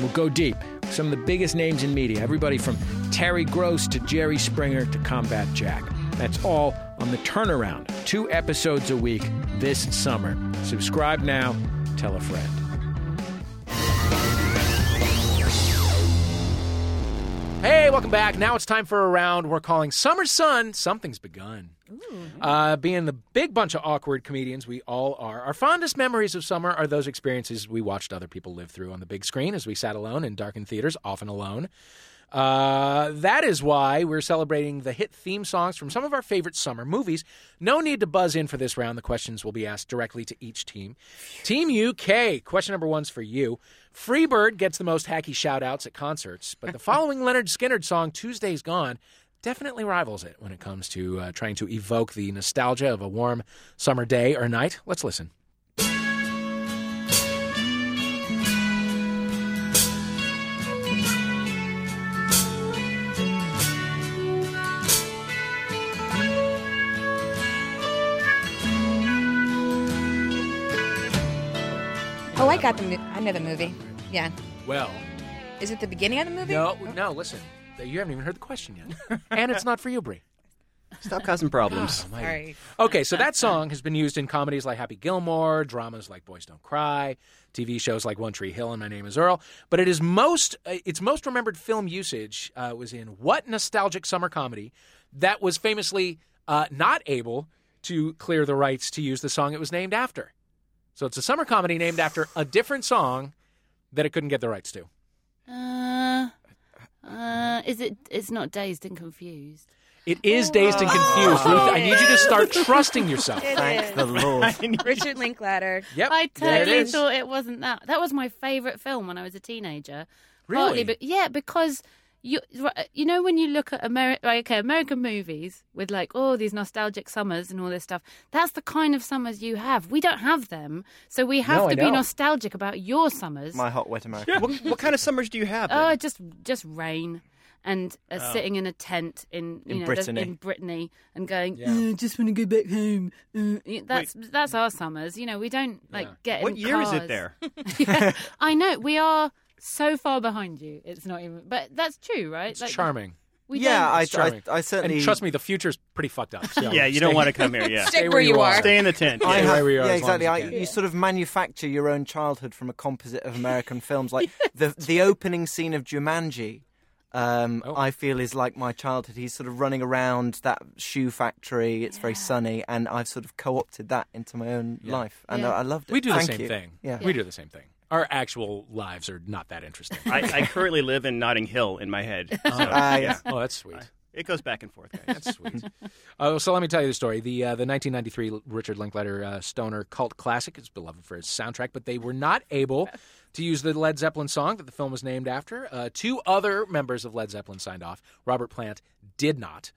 Speaker 1: We'll go deep. with Some of the biggest names in media, everybody from Terry Gross to Jerry Springer to Combat Jack. That's all on The Turnaround, two episodes a week this summer. Subscribe now, tell a friend.
Speaker 7: Hey, welcome back. Now it's time for a round we're calling Summer Sun. Something's begun. Uh, being the big bunch of awkward comedians we all are, our fondest memories of summer are those experiences we watched other people live through on the big screen as we sat alone in darkened theaters, often alone. Uh, that is why we're celebrating the hit theme songs from some of our favorite summer movies. No need to buzz in for this round. The questions will be asked directly to each team. Team UK, question number one's for you. Freebird gets the most hacky shout outs at concerts, but the following Leonard Skinner song, Tuesday's Gone, definitely rivals it when it comes to uh, trying to evoke the nostalgia of a warm summer day or night. Let's listen.
Speaker 6: Oh, I got the. Mo- I know the movie. Yeah.
Speaker 7: Well,
Speaker 6: Is it the beginning of the movie?
Speaker 7: no, no, listen. You haven't even heard the question yet. and it's not for you, Brie.
Speaker 2: Stop causing problems.
Speaker 6: Sorry.
Speaker 7: Okay, so that song has been used in comedies like Happy Gilmore, dramas like Boys Don't Cry, TV shows like One Tree Hill and My Name Is Earl. But it is most uh, its most remembered film usage uh, was in what nostalgic summer comedy that was famously uh, not able to clear the rights to use the song it was named after. So it's a summer comedy named after a different song that it couldn't get the rights to.
Speaker 4: Uh, uh, is it? It's not dazed and confused.
Speaker 7: It is dazed and confused. Ruth, I need you to start trusting yourself.
Speaker 5: thank the Lord.
Speaker 6: Richard Linklater.
Speaker 7: Yep,
Speaker 4: I
Speaker 7: there it
Speaker 4: totally
Speaker 7: is.
Speaker 4: thought it wasn't that. That was my favorite film when I was a teenager.
Speaker 7: Really?
Speaker 4: Partly, be- yeah, because you you know when you look at America, like, okay, American movies with like all these nostalgic summers and all this stuff. That's the kind of summers you have. We don't have them, so we have
Speaker 7: No, I
Speaker 4: to be
Speaker 7: know.
Speaker 4: nostalgic about your summers.
Speaker 5: My hot wet America.
Speaker 2: What, what kind of summers do you have?
Speaker 4: Oh,
Speaker 2: then?
Speaker 4: just just rain and uh, sitting in a tent in you
Speaker 5: In
Speaker 4: know
Speaker 5: Brittany.
Speaker 4: The, in Brittany and going.
Speaker 7: Yeah.
Speaker 4: "Uh, just want to go back home. Uh, y- that's that's our summers. You know, we don't like get.
Speaker 2: what
Speaker 4: in
Speaker 2: year is it
Speaker 4: cars.
Speaker 2: there?
Speaker 4: Yeah, I know we are so far behind you. It's not even. But that's true, right?
Speaker 7: It's charming.
Speaker 4: We
Speaker 5: yeah,
Speaker 4: don't-
Speaker 5: I,
Speaker 7: It's
Speaker 5: I,
Speaker 7: charming.
Speaker 5: I certainly.
Speaker 7: And trust me, the future's pretty fucked up. So
Speaker 2: Yeah, you don't want to come here. Yeah,
Speaker 7: Stay
Speaker 6: Stick
Speaker 7: where
Speaker 6: where
Speaker 7: you
Speaker 6: you
Speaker 7: are.
Speaker 6: are.
Speaker 2: stay in the tent.
Speaker 5: I
Speaker 7: Yeah,
Speaker 2: yeah.
Speaker 5: have-
Speaker 7: where we are
Speaker 5: yeah,
Speaker 7: as long as
Speaker 5: exactly.
Speaker 7: you
Speaker 5: I,
Speaker 7: can.
Speaker 5: you sort of manufacture your own childhood from a composite of American films, like the the opening scene of Jumanji. Um,
Speaker 7: Oh.
Speaker 5: I feel is like my childhood. He's sort of running around that shoe factory. It's very sunny, and I've sort of co-opted that into my own life, and
Speaker 4: Yeah.
Speaker 5: I, I loved it.
Speaker 7: We do
Speaker 5: Thank
Speaker 7: the same
Speaker 5: you.
Speaker 7: thing.
Speaker 5: Yeah.
Speaker 7: We do the same thing. Our actual lives are not that interesting.
Speaker 2: I, I currently live in Notting Hill in my head. So,
Speaker 5: Ah,
Speaker 2: yeah.
Speaker 5: yes.
Speaker 7: oh, that's sweet.
Speaker 2: It goes back and forth, guys.
Speaker 7: That's sweet. oh, so let me tell you the story. The uh, the 1993 Richard Linklater uh, stoner cult classic is beloved for its soundtrack, but they were not able to use the Led Zeppelin song that the film was named after. Uh, two other members of Led Zeppelin signed off. Robert Plant did not,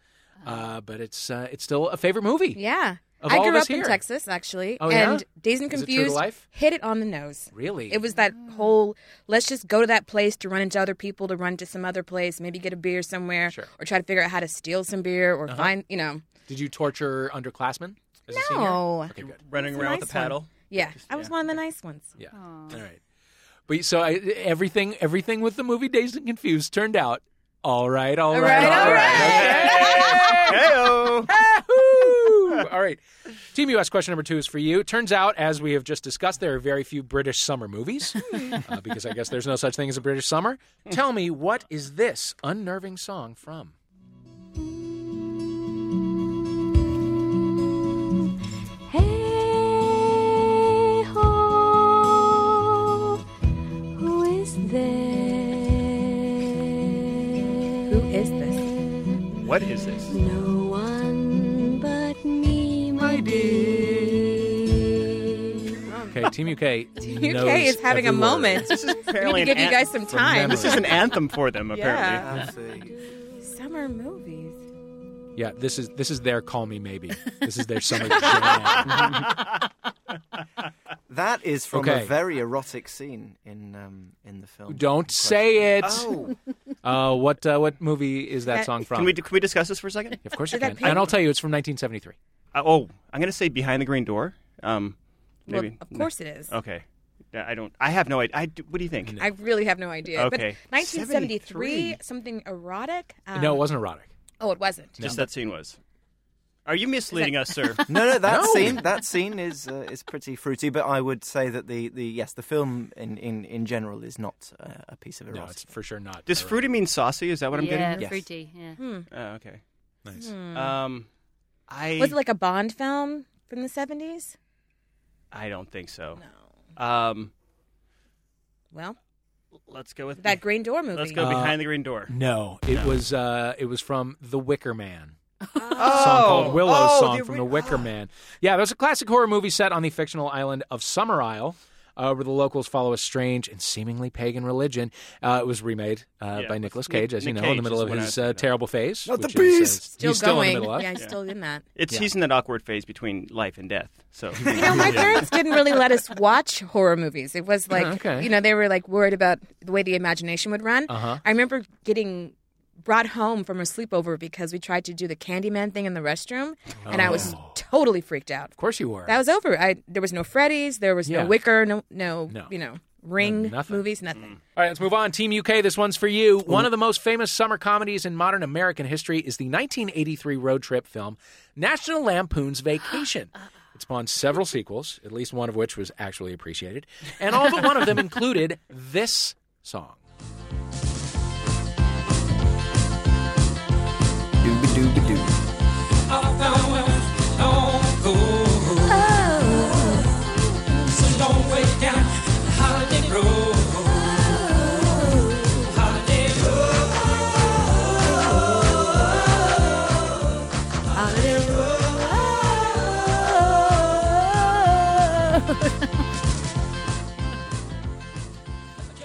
Speaker 7: uh, but it's uh, it's still a favorite movie.
Speaker 6: Uh-huh. Yeah.
Speaker 7: Of
Speaker 6: I
Speaker 7: all
Speaker 6: grew
Speaker 7: of us
Speaker 6: up in
Speaker 7: here.
Speaker 6: Texas, actually.
Speaker 7: Oh, yeah?
Speaker 6: and Dazed and
Speaker 7: Is it
Speaker 6: Confused
Speaker 7: true to life?
Speaker 6: hit it on the nose.
Speaker 7: Really,
Speaker 6: It was that whole let's just go to that place to run into other people, to run to some other place, maybe get a beer somewhere,
Speaker 7: Sure. Uh-huh.
Speaker 6: or try to figure out how to steal some beer or find, you know.
Speaker 7: Did you torture underclassmen? As A senior?
Speaker 6: No.
Speaker 7: Okay, good.
Speaker 2: Running
Speaker 6: It's a
Speaker 2: around
Speaker 6: nice
Speaker 2: with a paddle.
Speaker 6: One. Yeah, I was one of the nice ones.
Speaker 7: Yeah. All right. But so I, everything, everything with the movie Dazed and Confused turned out all right. All right.
Speaker 6: right, all
Speaker 2: Heyo!
Speaker 7: Yahoo! All right. Team US question number two is for you. Turns out, as we have just discussed, there are very few British summer movies uh, because I guess there's no such thing as a British summer. Tell me, what is this unnerving song from?
Speaker 9: Hey ho, who is there?
Speaker 6: Who is this?
Speaker 2: What is this?
Speaker 9: No one but me, my dear.
Speaker 7: Okay, Team UK. knows
Speaker 6: UK is having a
Speaker 7: every word.
Speaker 6: moment.
Speaker 2: This is
Speaker 6: We
Speaker 2: apparently
Speaker 6: need to give
Speaker 2: an
Speaker 6: you
Speaker 2: an-
Speaker 6: guys some time.
Speaker 7: memory.
Speaker 2: This is an anthem for them, apparently.
Speaker 5: Absolutely.
Speaker 6: Summer movies.
Speaker 7: Yeah, this is this is their "Call Me Maybe." This is their summer. jam.
Speaker 5: That is from
Speaker 7: Okay.
Speaker 5: a very erotic scene in um, in the film.
Speaker 7: Don't say it.
Speaker 5: Oh,
Speaker 7: Uh, what uh, what movie is that
Speaker 6: That-
Speaker 7: song from?
Speaker 2: Can we, can we discuss this for a second?
Speaker 7: of course you
Speaker 6: Is that
Speaker 7: can. And I'll tell you, it's from 1973.
Speaker 2: Uh, oh, I'm going to say Behind the Green Door. Um, maybe.
Speaker 6: Well, of course it is.
Speaker 7: Oh.
Speaker 2: Okay. Yeah, I don't. I have no idea. I, do- what do you think?
Speaker 6: I really have no idea.
Speaker 2: Okay.
Speaker 6: But
Speaker 2: 73.
Speaker 6: 1973, something erotic. Um,
Speaker 7: no, it wasn't erotic.
Speaker 6: Oh, it wasn't.
Speaker 2: Just that scene was. Are you misleading us, sir?
Speaker 5: no, no, that
Speaker 7: No.
Speaker 5: scene that scene is uh, is pretty fruity. But I would say that the, the yes, the film in, in, in general is not uh, a piece of
Speaker 7: No,
Speaker 5: erotic.
Speaker 7: it's for sure not.
Speaker 2: Does
Speaker 7: erotic.
Speaker 2: fruity mean saucy? Is that what I'm
Speaker 4: yeah,
Speaker 2: getting?
Speaker 5: Yes.
Speaker 4: fruity. Yeah.
Speaker 2: Oh, okay.
Speaker 7: Nice.
Speaker 2: Um, I
Speaker 6: Hmm. Was it like a Bond film from the 70s?
Speaker 2: I don't think so. No. Um,
Speaker 6: Well,
Speaker 2: let's go with
Speaker 6: that Green Door movie.
Speaker 2: Let's go
Speaker 7: Uh,
Speaker 2: behind the green door.
Speaker 7: No, it was uh, it was from The Wicker Man.
Speaker 2: Oh,
Speaker 7: song called Willow
Speaker 2: oh,
Speaker 7: song
Speaker 2: the
Speaker 7: from
Speaker 2: ori-
Speaker 7: The Wicker Man. Yeah, there's a classic horror movie set on the fictional island of Summer Isle. Uh, where the locals follow a strange and seemingly pagan religion. Uh, it was remade uh,
Speaker 2: Yeah,
Speaker 7: by
Speaker 2: with
Speaker 7: Nicolas
Speaker 2: Nic-
Speaker 7: Cage, as you
Speaker 2: Nic
Speaker 7: know, in the
Speaker 2: Cage
Speaker 7: middle
Speaker 2: is
Speaker 7: of
Speaker 2: what I was
Speaker 7: his
Speaker 2: thinking
Speaker 7: uh,
Speaker 2: of.
Speaker 7: terrible phase.
Speaker 5: Not the
Speaker 7: which is, uh,
Speaker 5: beast!
Speaker 6: Still
Speaker 7: he's still
Speaker 6: going.
Speaker 7: in the middle of.
Speaker 6: yeah, he's still in that.
Speaker 2: It's he's in that awkward phase between life and death. So
Speaker 6: You know, my parents didn't really let us watch horror movies. It was like,
Speaker 7: okay.
Speaker 6: you know, they were like worried about the way the imagination would run. Uh-huh. I remember getting brought home from a sleepover because we tried to do the Candyman thing in the restroom, and I was
Speaker 7: Oh.
Speaker 6: totally freaked out.
Speaker 7: Of course you were.
Speaker 6: That was over. I there was no Freddy's, there was
Speaker 7: Yeah.
Speaker 6: no Wicker, no no,
Speaker 7: No.
Speaker 6: you know Ring
Speaker 7: No, nothing. Mm.
Speaker 6: movies, nothing.
Speaker 7: All right, let's move on. Team UK, this one's for you. One of the most famous summer comedies in modern American history is the 1983 road trip film National Lampoon's Vacation. It spawned several sequels, at least one of which was actually appreciated, and all but one of them included this song.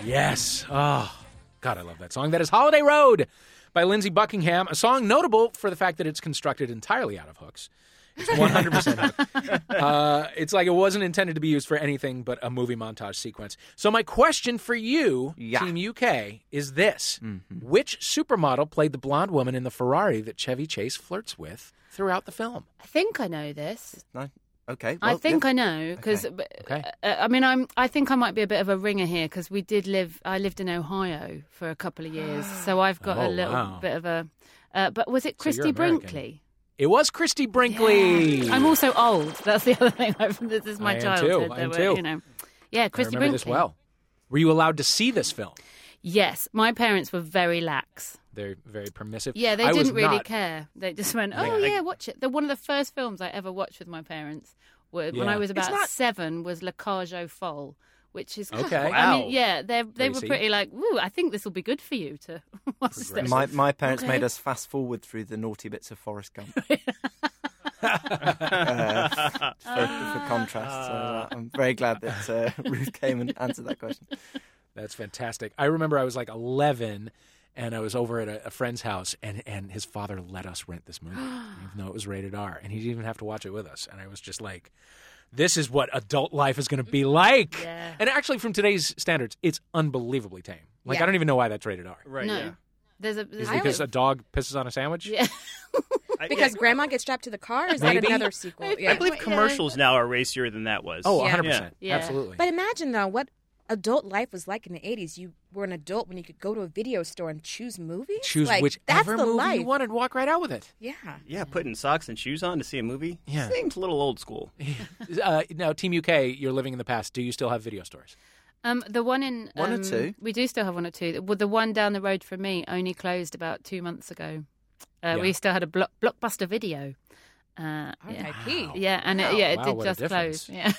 Speaker 7: Yes. Oh, God, I love that song. That is Holiday Road by Lindsey Buckingham, a song notable for the fact that it's constructed entirely out of hooks. It's 100% hook. uh, It's like it wasn't intended to be used for anything but a movie montage sequence. So, my question for you,
Speaker 5: Yeah.
Speaker 7: Team UK, is this Which supermodel played the blonde woman in the Ferrari that Chevy Chase flirts with throughout the film?
Speaker 4: I think I know this.
Speaker 5: No? Okay,
Speaker 4: I
Speaker 5: well,
Speaker 4: think
Speaker 5: yeah.
Speaker 4: I know because
Speaker 7: Okay.
Speaker 4: uh, I mean I'm I think I might be a bit of a ringer here because we did live I lived in Ohio for a couple of years so I've got a
Speaker 7: Oh,
Speaker 4: little
Speaker 7: wow.
Speaker 4: bit of a uh, but was it
Speaker 7: So you're
Speaker 4: Christy
Speaker 7: American.
Speaker 4: Brinkley?
Speaker 7: It was Christy Brinkley.
Speaker 4: I'm also old. That's the other thing. I've, this is
Speaker 7: I
Speaker 4: my
Speaker 7: am
Speaker 4: childhood.
Speaker 7: too. I
Speaker 4: There
Speaker 7: am
Speaker 4: were,
Speaker 7: too.
Speaker 4: You know, yeah,
Speaker 7: I
Speaker 4: Christy Brinkley.
Speaker 7: remember this well. Were you allowed to see this film?
Speaker 4: Yes, my parents were very lax.
Speaker 7: They're very permissive.
Speaker 4: Yeah, they
Speaker 7: I was
Speaker 4: didn't really
Speaker 7: not.
Speaker 4: care. They just went, "Oh
Speaker 2: Yeah.
Speaker 4: yeah, watch it." The one of the first films I ever watched with my parents were, when
Speaker 7: Yeah.
Speaker 4: I was
Speaker 7: It's
Speaker 4: about
Speaker 7: not-
Speaker 4: seven was La Cage aux Folles, which is
Speaker 7: Okay.
Speaker 4: I
Speaker 2: Wow.
Speaker 4: mean, yeah, they they were
Speaker 7: Crazy.
Speaker 4: pretty like, ooh, I think this will be good for you to. what's this?
Speaker 5: My, my parents
Speaker 4: Okay.
Speaker 5: made us fast forward through the naughty bits of Forrest Gump. uh, for, for contrast, so uh, I'm very glad that uh, Ruth came and answered that question.
Speaker 7: That's fantastic. I remember I was like 11 and I was over at a, a friend's house and, and his father let us rent this movie, even though it was rated R. And he didn't even have to watch it with us. And I was just like, this is what adult life is going to be
Speaker 6: Mm-hmm.
Speaker 7: like.
Speaker 4: Yeah.
Speaker 7: And actually, from today's standards, it's unbelievably tame. Like,
Speaker 6: Yeah.
Speaker 7: I don't even know why that's rated R.
Speaker 2: Right.
Speaker 4: no,
Speaker 2: Yeah.
Speaker 4: there's a
Speaker 7: Is
Speaker 4: there's
Speaker 7: it
Speaker 6: I
Speaker 7: because
Speaker 6: would-
Speaker 7: a dog pisses on a sandwich?
Speaker 4: yeah.
Speaker 2: I-
Speaker 6: Because
Speaker 2: yeah.
Speaker 6: Grandma gets strapped to the car. Is
Speaker 7: Maybe.
Speaker 6: that another sequel?
Speaker 4: Maybe.
Speaker 6: Yeah.
Speaker 2: I believe
Speaker 4: Yeah.
Speaker 2: commercials now are racier than that was.
Speaker 7: Oh,
Speaker 6: Yeah.
Speaker 7: 100%.
Speaker 4: Yeah.
Speaker 7: Absolutely.
Speaker 6: But imagine though what adult life was like in the '80s. You were an adult when you could go to a video store and choose movies.
Speaker 7: Choose
Speaker 6: like, that's
Speaker 7: whichever
Speaker 6: the
Speaker 7: movie
Speaker 6: life.
Speaker 7: you want and walk right out with it.
Speaker 6: Yeah.
Speaker 2: Yeah, putting socks and shoes on to see a movie.
Speaker 7: Yeah.
Speaker 2: Seems a little old school.
Speaker 7: Uh, now, Team UK, you're living in the past. Do you still have video stores?
Speaker 4: Um, the one in
Speaker 5: One or
Speaker 4: um,
Speaker 5: two?
Speaker 4: We do still have one or two. Well, the one down the road from me only closed about two months ago. Uh,
Speaker 7: Yeah.
Speaker 4: We still had a block, blockbuster video. Uh, yeah.
Speaker 6: R.I.P.
Speaker 4: yeah, and it, yeah, it
Speaker 7: Wow,
Speaker 4: did
Speaker 7: what a
Speaker 4: just close. Yeah,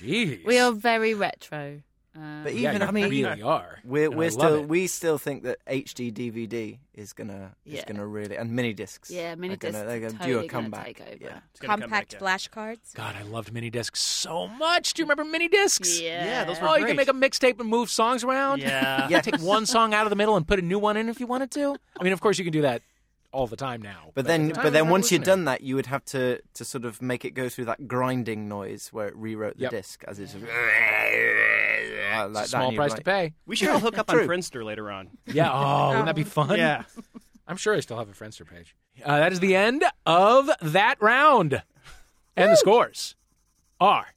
Speaker 7: Jeez.
Speaker 4: we are very retro. Uh,
Speaker 5: But
Speaker 7: Yeah,
Speaker 5: even
Speaker 7: you
Speaker 5: I mean,
Speaker 7: really are.
Speaker 5: we're,
Speaker 7: And I
Speaker 5: we're
Speaker 7: love
Speaker 5: still
Speaker 7: it.
Speaker 5: we still think that HD DVD is gonna is
Speaker 4: Yeah.
Speaker 5: gonna really and mini discs.
Speaker 4: yeah, mini
Speaker 5: are gonna-
Speaker 4: discs
Speaker 5: they're gonna
Speaker 4: totally
Speaker 5: do a
Speaker 4: gonna
Speaker 5: comeback.
Speaker 4: take over.
Speaker 5: Yeah.
Speaker 2: It's gonna come back,
Speaker 6: Compact
Speaker 2: yeah.
Speaker 6: flashcards.
Speaker 7: God, I loved mini discs so much. Do you remember mini discs?
Speaker 4: Yeah.
Speaker 2: Yeah, those were
Speaker 7: Oh, you
Speaker 2: great.
Speaker 7: could make a mixtape and move songs around.
Speaker 5: Uh,
Speaker 2: Yeah.
Speaker 7: You could take one song out of the middle and put a new one in if you wanted to. I mean, of course, you can do that all the time now.
Speaker 5: But then, but then once you'd
Speaker 7: had
Speaker 5: done that, you would have to, to sort of make it go through that grinding noise where it rewrote the
Speaker 7: Yep.
Speaker 5: disc as it's like that,
Speaker 7: a small
Speaker 5: and you'd
Speaker 7: price
Speaker 5: like-
Speaker 7: to pay.
Speaker 2: We should all hook up on
Speaker 5: True.
Speaker 2: Friendster later on.
Speaker 7: Yeah. Oh, wouldn't that be fun?
Speaker 2: Yeah.
Speaker 7: I'm sure I still have a Friendster page. Uh, that is the end of that round, and the scores are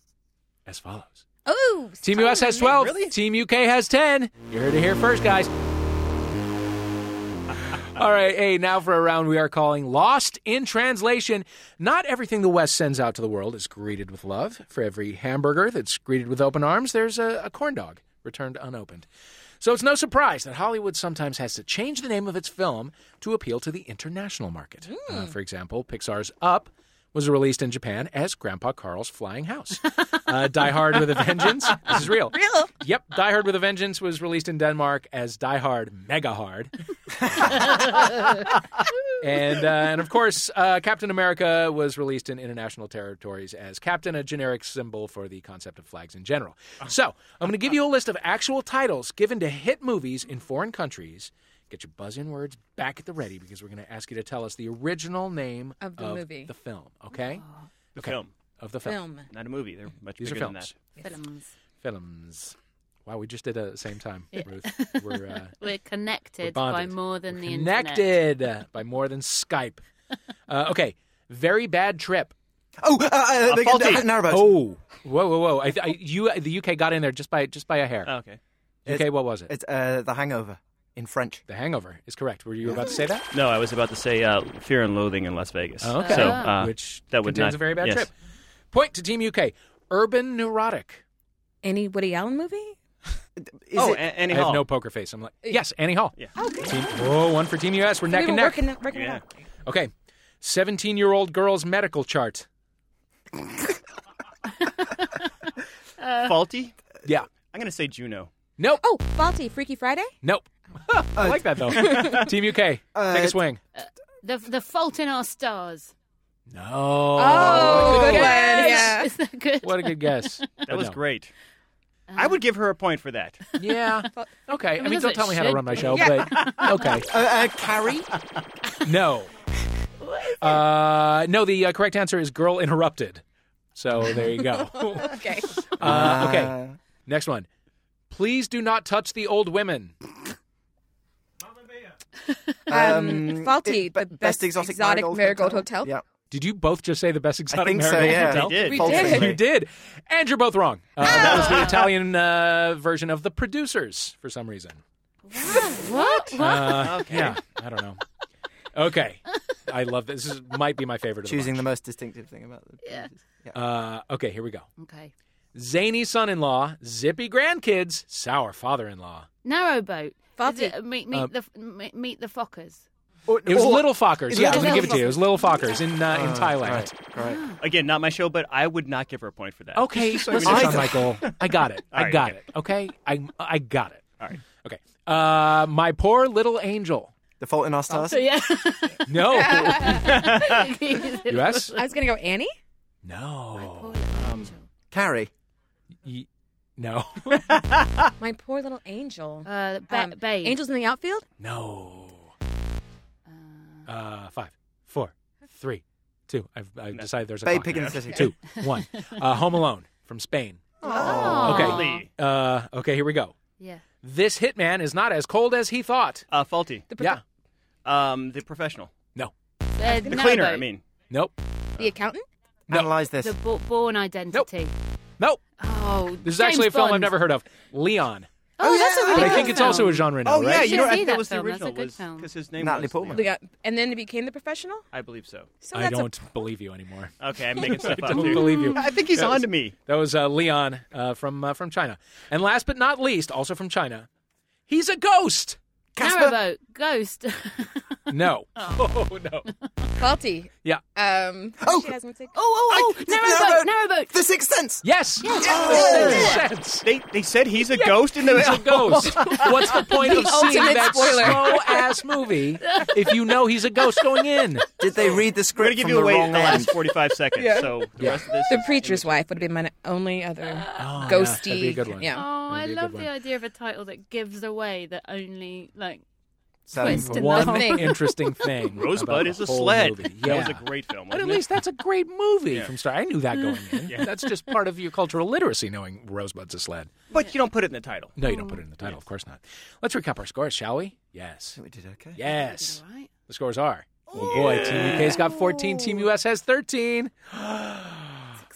Speaker 7: as follows.
Speaker 6: Oh,
Speaker 7: Team US has 12. Team UK has 10. You heard it here first, guys. All right, hey, now for a round we are calling Lost in Translation. Not everything the West sends out to the world is greeted with love. For every hamburger that's greeted with open arms, there's a, a corn dog returned unopened. So it's no surprise that Hollywood sometimes has to change the name of its film to appeal to the international market. Uh, for example, Pixar's Up was released in Japan as Grandpa Carl's Flying House. Uh, Die Hard with a Vengeance. This is real.
Speaker 6: Real.
Speaker 7: Yep, Die Hard with a Vengeance was released in Denmark as Die Hard Mega Hard. and uh, and of course, uh, Captain America was released in international territories as Captain, a generic symbol for the concept of flags in general. So I'm going to give you a list of actual titles given to hit movies in foreign countries. Get your buzz in words back at the ready because we're going to ask you to tell us the original name
Speaker 6: Of the movie. Oh.
Speaker 7: the film. Okay,
Speaker 2: A film,
Speaker 7: of the film.
Speaker 6: Film.
Speaker 2: not a movie. They're much
Speaker 7: These are
Speaker 2: bigger than that.
Speaker 7: films.
Speaker 4: films.
Speaker 7: Films. Wow, we just did it at the same time, Ruth. We're, uh,
Speaker 4: We're
Speaker 7: we're
Speaker 4: connected by
Speaker 7: bonded.
Speaker 4: more than
Speaker 7: We're
Speaker 4: the internet.
Speaker 7: connected by more than Skype. Uh, okay, very bad trip.
Speaker 5: Oh, uh, uh, they
Speaker 2: faulty.
Speaker 5: uh, narrowboat.
Speaker 7: Oh, whoa, whoa, whoa! I, I, you, the UK got in there just by just by a hair.
Speaker 2: Oh, okay.
Speaker 7: UK, what was it?
Speaker 5: It's uh, The Hangover in French.
Speaker 7: the Hangover is correct. Were you about to say that?
Speaker 2: No, I was about to say uh, Fear and Loathing in Las Vegas.
Speaker 7: Oh, okay.
Speaker 2: So, uh,
Speaker 7: Which
Speaker 2: that would not-
Speaker 7: contains a very bad
Speaker 2: yes.
Speaker 7: trip. Point to Team UK. Urban neurotic.
Speaker 6: Any Woody Allen movie?
Speaker 5: Is
Speaker 2: oh,
Speaker 5: it,
Speaker 2: A- Annie
Speaker 7: I have
Speaker 2: Hall.
Speaker 7: no poker face. I'm like, yes, Annie Hall.
Speaker 2: Yeah.
Speaker 6: Oh, good.
Speaker 7: Team, whoa, one for Team US. We're neck
Speaker 6: we were
Speaker 7: and neck.
Speaker 6: working, it- working
Speaker 2: Yeah.
Speaker 6: it out.
Speaker 7: Okay. 17 year old girl's medical chart.
Speaker 2: Faulty.
Speaker 7: Yeah.
Speaker 2: Uh, I'm gonna say Juno.
Speaker 7: Nope.
Speaker 6: Oh, faulty Freaky Friday.
Speaker 7: Nope. I like that, though. Team UK, take a
Speaker 5: uh,
Speaker 7: swing.
Speaker 4: The the Fault in Our Stars.
Speaker 7: No.
Speaker 2: Oh.
Speaker 7: Oh,
Speaker 6: good one. Yeah.
Speaker 4: Is that good?
Speaker 7: What a good guess.
Speaker 2: That was great. I would give her a point for that.
Speaker 7: Yeah. Okay. I mean,
Speaker 4: that's
Speaker 7: don't
Speaker 4: what
Speaker 7: tell me
Speaker 4: it
Speaker 7: how to
Speaker 4: should
Speaker 7: run my
Speaker 4: be.
Speaker 7: show, but okay.
Speaker 5: uh, uh, Carrie?
Speaker 7: No. Uh, no, the uh, correct answer is girl interrupted. So there you go.
Speaker 6: Okay.
Speaker 7: Uh, okay. Next one. Please do not touch the old women.
Speaker 6: Um, faulty.
Speaker 5: it-
Speaker 6: the
Speaker 5: be-
Speaker 6: best, exotic, marigold hotel.
Speaker 5: Yeah.
Speaker 7: Did you both just say the best exotic
Speaker 5: I think so,
Speaker 7: marigold
Speaker 5: yeah.
Speaker 7: hotel?
Speaker 5: They
Speaker 2: did.
Speaker 6: We
Speaker 5: Faulty.
Speaker 6: did.
Speaker 7: You did. And you're both wrong. Uh, That was the Italian uh, version of the producers for some reason.
Speaker 4: What? What?
Speaker 7: Uh,
Speaker 2: Okay.
Speaker 7: Yeah, I don't know. Okay. I love this. This is, might be my favorite of
Speaker 5: Choosing the
Speaker 7: the
Speaker 5: most distinctive thing about the
Speaker 4: Yeah.
Speaker 5: yeah.
Speaker 7: bunch. Uh, okay, here we go.
Speaker 4: Okay.
Speaker 7: Zany son in law, zippy grandkids, sour father in law.
Speaker 4: Narrowboat. Is
Speaker 6: Faulty.
Speaker 4: it, uh, meet meet
Speaker 7: Uh,
Speaker 4: the meet, meet the Fockers.
Speaker 5: Or-
Speaker 7: It was
Speaker 5: or-
Speaker 7: Little Fockers. Yeah, I'm
Speaker 5: Oh, Little
Speaker 7: going to give it to you. It was Little Fockers in uh, in Thailand.
Speaker 5: Right, oh. right.
Speaker 2: Again, not my show, but I would not give her a point for that.
Speaker 7: Okay, listen,
Speaker 5: know.
Speaker 7: Shawn Michael, I got it. I
Speaker 2: right,
Speaker 7: got
Speaker 2: okay.
Speaker 7: it. Okay, I I got it.
Speaker 2: All right.
Speaker 7: Okay, uh, my poor little angel.
Speaker 5: The Fault in Our Stars.
Speaker 4: So yeah,
Speaker 7: No, U.S.
Speaker 6: I was gonna go Annie.
Speaker 7: No,
Speaker 5: Carrie.
Speaker 7: Y- no,
Speaker 6: My poor little angel.
Speaker 4: uh,
Speaker 6: Um,
Speaker 4: ba- babe.
Speaker 6: Angels in the outfield.
Speaker 7: no. Uh, five, four, three, two. I've I have decided there's a
Speaker 5: Babe
Speaker 7: clock.
Speaker 5: Pig in the City.
Speaker 7: Two, one. Uh, Home Alone from Spain.
Speaker 4: Oh.
Speaker 7: Okay. Uh, okay, here we go.
Speaker 4: Yeah.
Speaker 7: This hitman is not as cold as he thought.
Speaker 2: Uh, faulty.
Speaker 6: The,
Speaker 7: Yeah.
Speaker 2: Um, the professional.
Speaker 7: No.
Speaker 4: Uh,
Speaker 2: The cleaner,
Speaker 4: no,
Speaker 2: I mean.
Speaker 7: Nope.
Speaker 6: the accountant.
Speaker 7: No.
Speaker 5: Analyze this.
Speaker 4: the bo- born identity.
Speaker 7: Nope.
Speaker 4: Oh,
Speaker 7: This is
Speaker 4: James
Speaker 7: actually a film I've
Speaker 4: Bond.
Speaker 7: never heard of. Leon.
Speaker 4: Oh, that's a really
Speaker 7: But I
Speaker 4: good
Speaker 7: think it's
Speaker 4: film.
Speaker 7: also a genre
Speaker 5: Oh,
Speaker 7: now, right?
Speaker 5: yeah,
Speaker 4: You
Speaker 5: you know,
Speaker 4: should
Speaker 5: I
Speaker 4: see
Speaker 5: think
Speaker 4: that
Speaker 5: that
Speaker 2: was the
Speaker 4: film.
Speaker 2: original.
Speaker 4: That's a good
Speaker 2: was
Speaker 4: film.
Speaker 2: because his name
Speaker 5: Natalie
Speaker 2: was
Speaker 5: Portman.
Speaker 6: The guy- and then it became the professional.
Speaker 2: I believe so.
Speaker 6: So
Speaker 7: I
Speaker 6: Oh, that's a-
Speaker 7: don't believe you anymore.
Speaker 2: Okay, I'm making stuff
Speaker 7: I
Speaker 2: up.
Speaker 7: don't
Speaker 2: dude.
Speaker 7: believe you.
Speaker 2: I think he's on to me.
Speaker 7: That was uh, Leon uh, from uh, from China. And last but not least, also from China, he's a ghost.
Speaker 4: Narrowboat, Ghost.
Speaker 7: No. Oh, no.
Speaker 6: faulty.
Speaker 7: Yeah.
Speaker 6: Um.
Speaker 5: Oh!
Speaker 6: she has one sec-
Speaker 4: oh,
Speaker 5: I-
Speaker 4: oh, narrowboat,
Speaker 5: narrowboat.
Speaker 4: narrowboat.
Speaker 5: The Sixth Sense.
Speaker 7: Yes.
Speaker 5: Yeah.
Speaker 7: Sense.
Speaker 2: They they said he's a ghost in the
Speaker 7: He's a ghost. What's the point of seeing
Speaker 6: ultimate
Speaker 7: that
Speaker 6: spoiler.
Speaker 7: slow ass movie if you know he's a ghost going in?
Speaker 5: Did they read the
Speaker 2: We're gonna
Speaker 5: script
Speaker 2: give
Speaker 5: from
Speaker 2: you
Speaker 5: the
Speaker 2: away
Speaker 5: wrong
Speaker 2: the last
Speaker 5: end?
Speaker 2: 45 seconds. So the
Speaker 7: Yeah.
Speaker 2: rest of this.
Speaker 6: The
Speaker 2: is-
Speaker 6: preacher's wife would have been my only other
Speaker 7: Oh, yeah, that'd
Speaker 6: ghosty.
Speaker 7: be a good one.
Speaker 4: Oh,
Speaker 6: Yeah.
Speaker 4: I
Speaker 7: That'd be a
Speaker 4: love
Speaker 7: good
Speaker 4: the
Speaker 7: one.
Speaker 4: idea of a title that gives away the only like.
Speaker 5: Selling
Speaker 4: Twist
Speaker 5: point.
Speaker 4: and
Speaker 7: One
Speaker 6: nothing.
Speaker 7: interesting thing. about
Speaker 2: Rosebud
Speaker 7: the
Speaker 2: is a
Speaker 7: whole
Speaker 2: sled.
Speaker 7: movie.
Speaker 2: That
Speaker 7: Yeah.
Speaker 2: was a great film.
Speaker 7: But at
Speaker 2: wasn't
Speaker 7: least
Speaker 2: it?
Speaker 7: that's a great movie
Speaker 2: Yeah.
Speaker 7: from start. I knew that going in. That's just part of your cultural literacy, knowing Rosebud's a sled.
Speaker 2: But you don't put it in the title.
Speaker 7: No, you don't put it in the title.
Speaker 2: Mm.
Speaker 7: Of course not. Let's recap our scores, shall we? Yes.
Speaker 5: We did okay.
Speaker 7: Yes.
Speaker 4: All right.
Speaker 7: The scores are. Oh boy, Team UK's got 14, Team US has 13.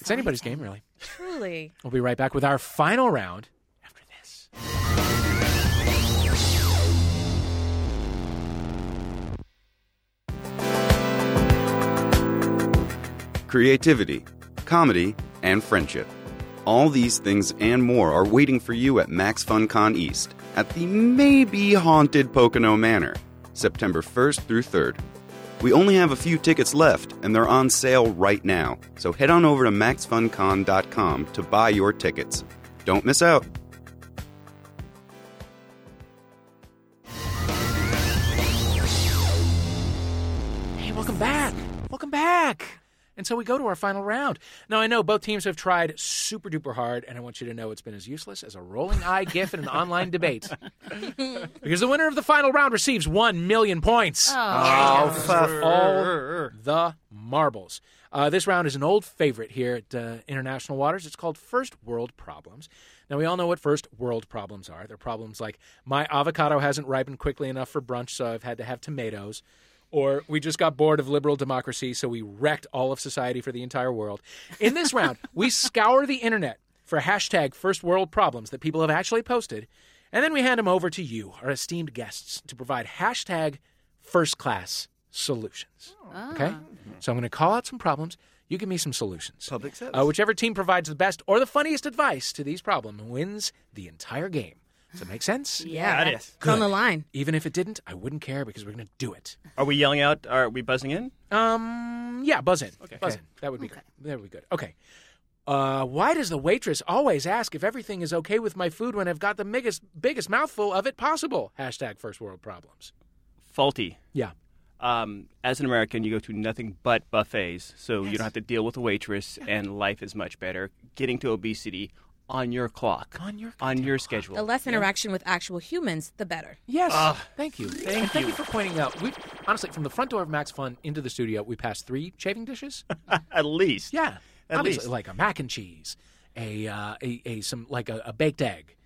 Speaker 7: It's anybody's game, really.
Speaker 6: Truly.
Speaker 7: We'll be right back with our final round after this.
Speaker 10: creativity, comedy, and friendship. All these things and more are waiting for you at Max FunCon East at the maybe haunted Pocono Manor, September 1st through 3rd. We only have a few tickets left, and they're on sale right now, so head on over to maxfuncon.com to buy your tickets. Don't miss out.
Speaker 7: Hey, welcome back. Welcome back. And so we go to our final round. Now, I know both teams have tried super duper hard, and I want you to know it's been as useless as a rolling eye gif in an online debate. because the winner of the final round receives 1 million points.
Speaker 5: Oh,
Speaker 7: for all the marbles. Uh, this round is an old favorite here at uh, International Waters. It's called First World Problems. Now, we all know what first world problems are. They're problems like my avocado hasn't ripened quickly enough for brunch, so I've had to have tomatoes. Or we just got bored of liberal democracy, so we wrecked all of society for the entire world. In this round, we scour the internet for hashtag first world problems that people have actually posted, and then we hand them over to you, our esteemed guests, to provide hashtag first class solutions. Okay? So I'm going to call out some problems. You give me some solutions.
Speaker 5: Public service.
Speaker 7: Uh, whichever team provides the best or the funniest advice to these problems wins the entire game. Does that make sense?
Speaker 6: Yeah.
Speaker 2: That is.
Speaker 6: It's on the line.
Speaker 7: Even if it didn't, I wouldn't care because we're going to do it.
Speaker 2: Are we yelling out? Are we buzzing in?
Speaker 7: Um, yeah, buzz in. Okay. Buzz in. That would be good. That would be good. Okay. Uh, why does the waitress always ask if everything is okay with my food when I've got the biggest, biggest mouthful of it possible? Hashtag first world problems.
Speaker 2: Faulty.
Speaker 7: Yeah.
Speaker 2: Um, as an American, you go to nothing but buffets, so you don't have to deal with a waitress, and life is much better. Getting to obesity on your clock,
Speaker 7: On your
Speaker 2: on
Speaker 7: goddamn
Speaker 2: your
Speaker 7: clock.
Speaker 2: schedule.
Speaker 6: The less interaction with actual humans, the better.
Speaker 7: Yes. thank you. Uh, Thank and thank you for pointing out. We honestly, from the front door of Max Fun into the studio, we passed three shaving dishes.
Speaker 2: At least.
Speaker 7: Oh. Yeah,
Speaker 2: At
Speaker 7: obviously,
Speaker 2: least.
Speaker 7: like a mac and cheese, a uh, a, a some like a, a baked egg.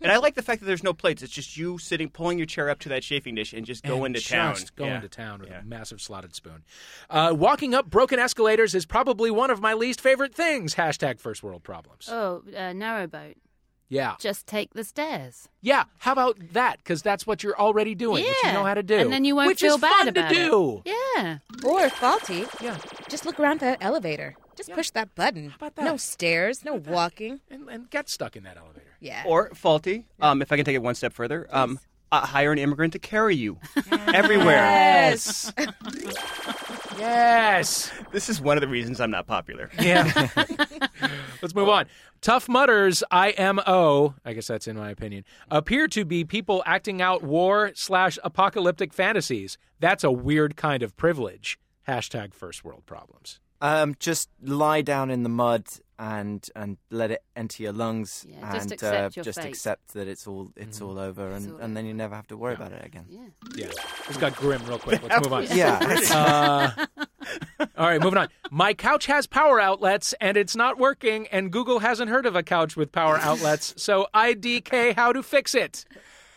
Speaker 2: And I like the fact that there's no plates. It's just you sitting, pulling your chair up to that chafing dish, and just
Speaker 7: and
Speaker 2: going to
Speaker 7: just
Speaker 2: town.
Speaker 7: Going
Speaker 2: Yeah.
Speaker 7: to town with
Speaker 2: Yeah.
Speaker 7: a massive slotted spoon. Uh, walking up broken escalators is probably one of my least favorite things. Hashtag first world problems.
Speaker 4: Oh, uh, narrowboat.
Speaker 7: yeah,
Speaker 4: Just take the stairs.
Speaker 7: yeah. How about that? Because that's what you're already doing.
Speaker 4: yeah.
Speaker 7: Which you know how to do,
Speaker 4: And then you won't
Speaker 7: which
Speaker 4: feel
Speaker 7: is
Speaker 4: bad
Speaker 7: fun
Speaker 4: about
Speaker 7: to do.
Speaker 4: it. Yeah.
Speaker 6: Or faulty.
Speaker 7: Yeah.
Speaker 6: Just look around that elevator. Just push that button. How
Speaker 7: about that?
Speaker 6: No stairs. No walking.
Speaker 7: And, and get stuck in that elevator.
Speaker 6: Yeah.
Speaker 2: Or faulty. Um, if I can take it one step further, um, uh, hire an immigrant to carry you everywhere.
Speaker 7: Yes. yes.
Speaker 2: This is one of the reasons I'm not popular.
Speaker 7: Yeah. Let's move on. Tough Mutters, IMO, I guess that's in my opinion, appear to be people acting out war slash apocalyptic fantasies. That's a weird kind of privilege. Hashtag first world problems.
Speaker 5: Um, just lie down in the mud and and let it enter your lungs
Speaker 4: Yeah,
Speaker 5: and
Speaker 4: just accept
Speaker 5: uh,
Speaker 4: your
Speaker 5: just
Speaker 4: fate.
Speaker 5: accept that it's all it's
Speaker 7: Mm.
Speaker 5: all over and,
Speaker 4: all
Speaker 5: and then you never have to worry about it again.
Speaker 4: Yeah.
Speaker 7: Yeah. This got grim real quick. Let's move on.
Speaker 5: Yeah.
Speaker 7: Uh, all right, moving on. My couch has power outlets and it's not working, and Google hasn't heard of a couch with power outlets. So, IDK, how to fix it?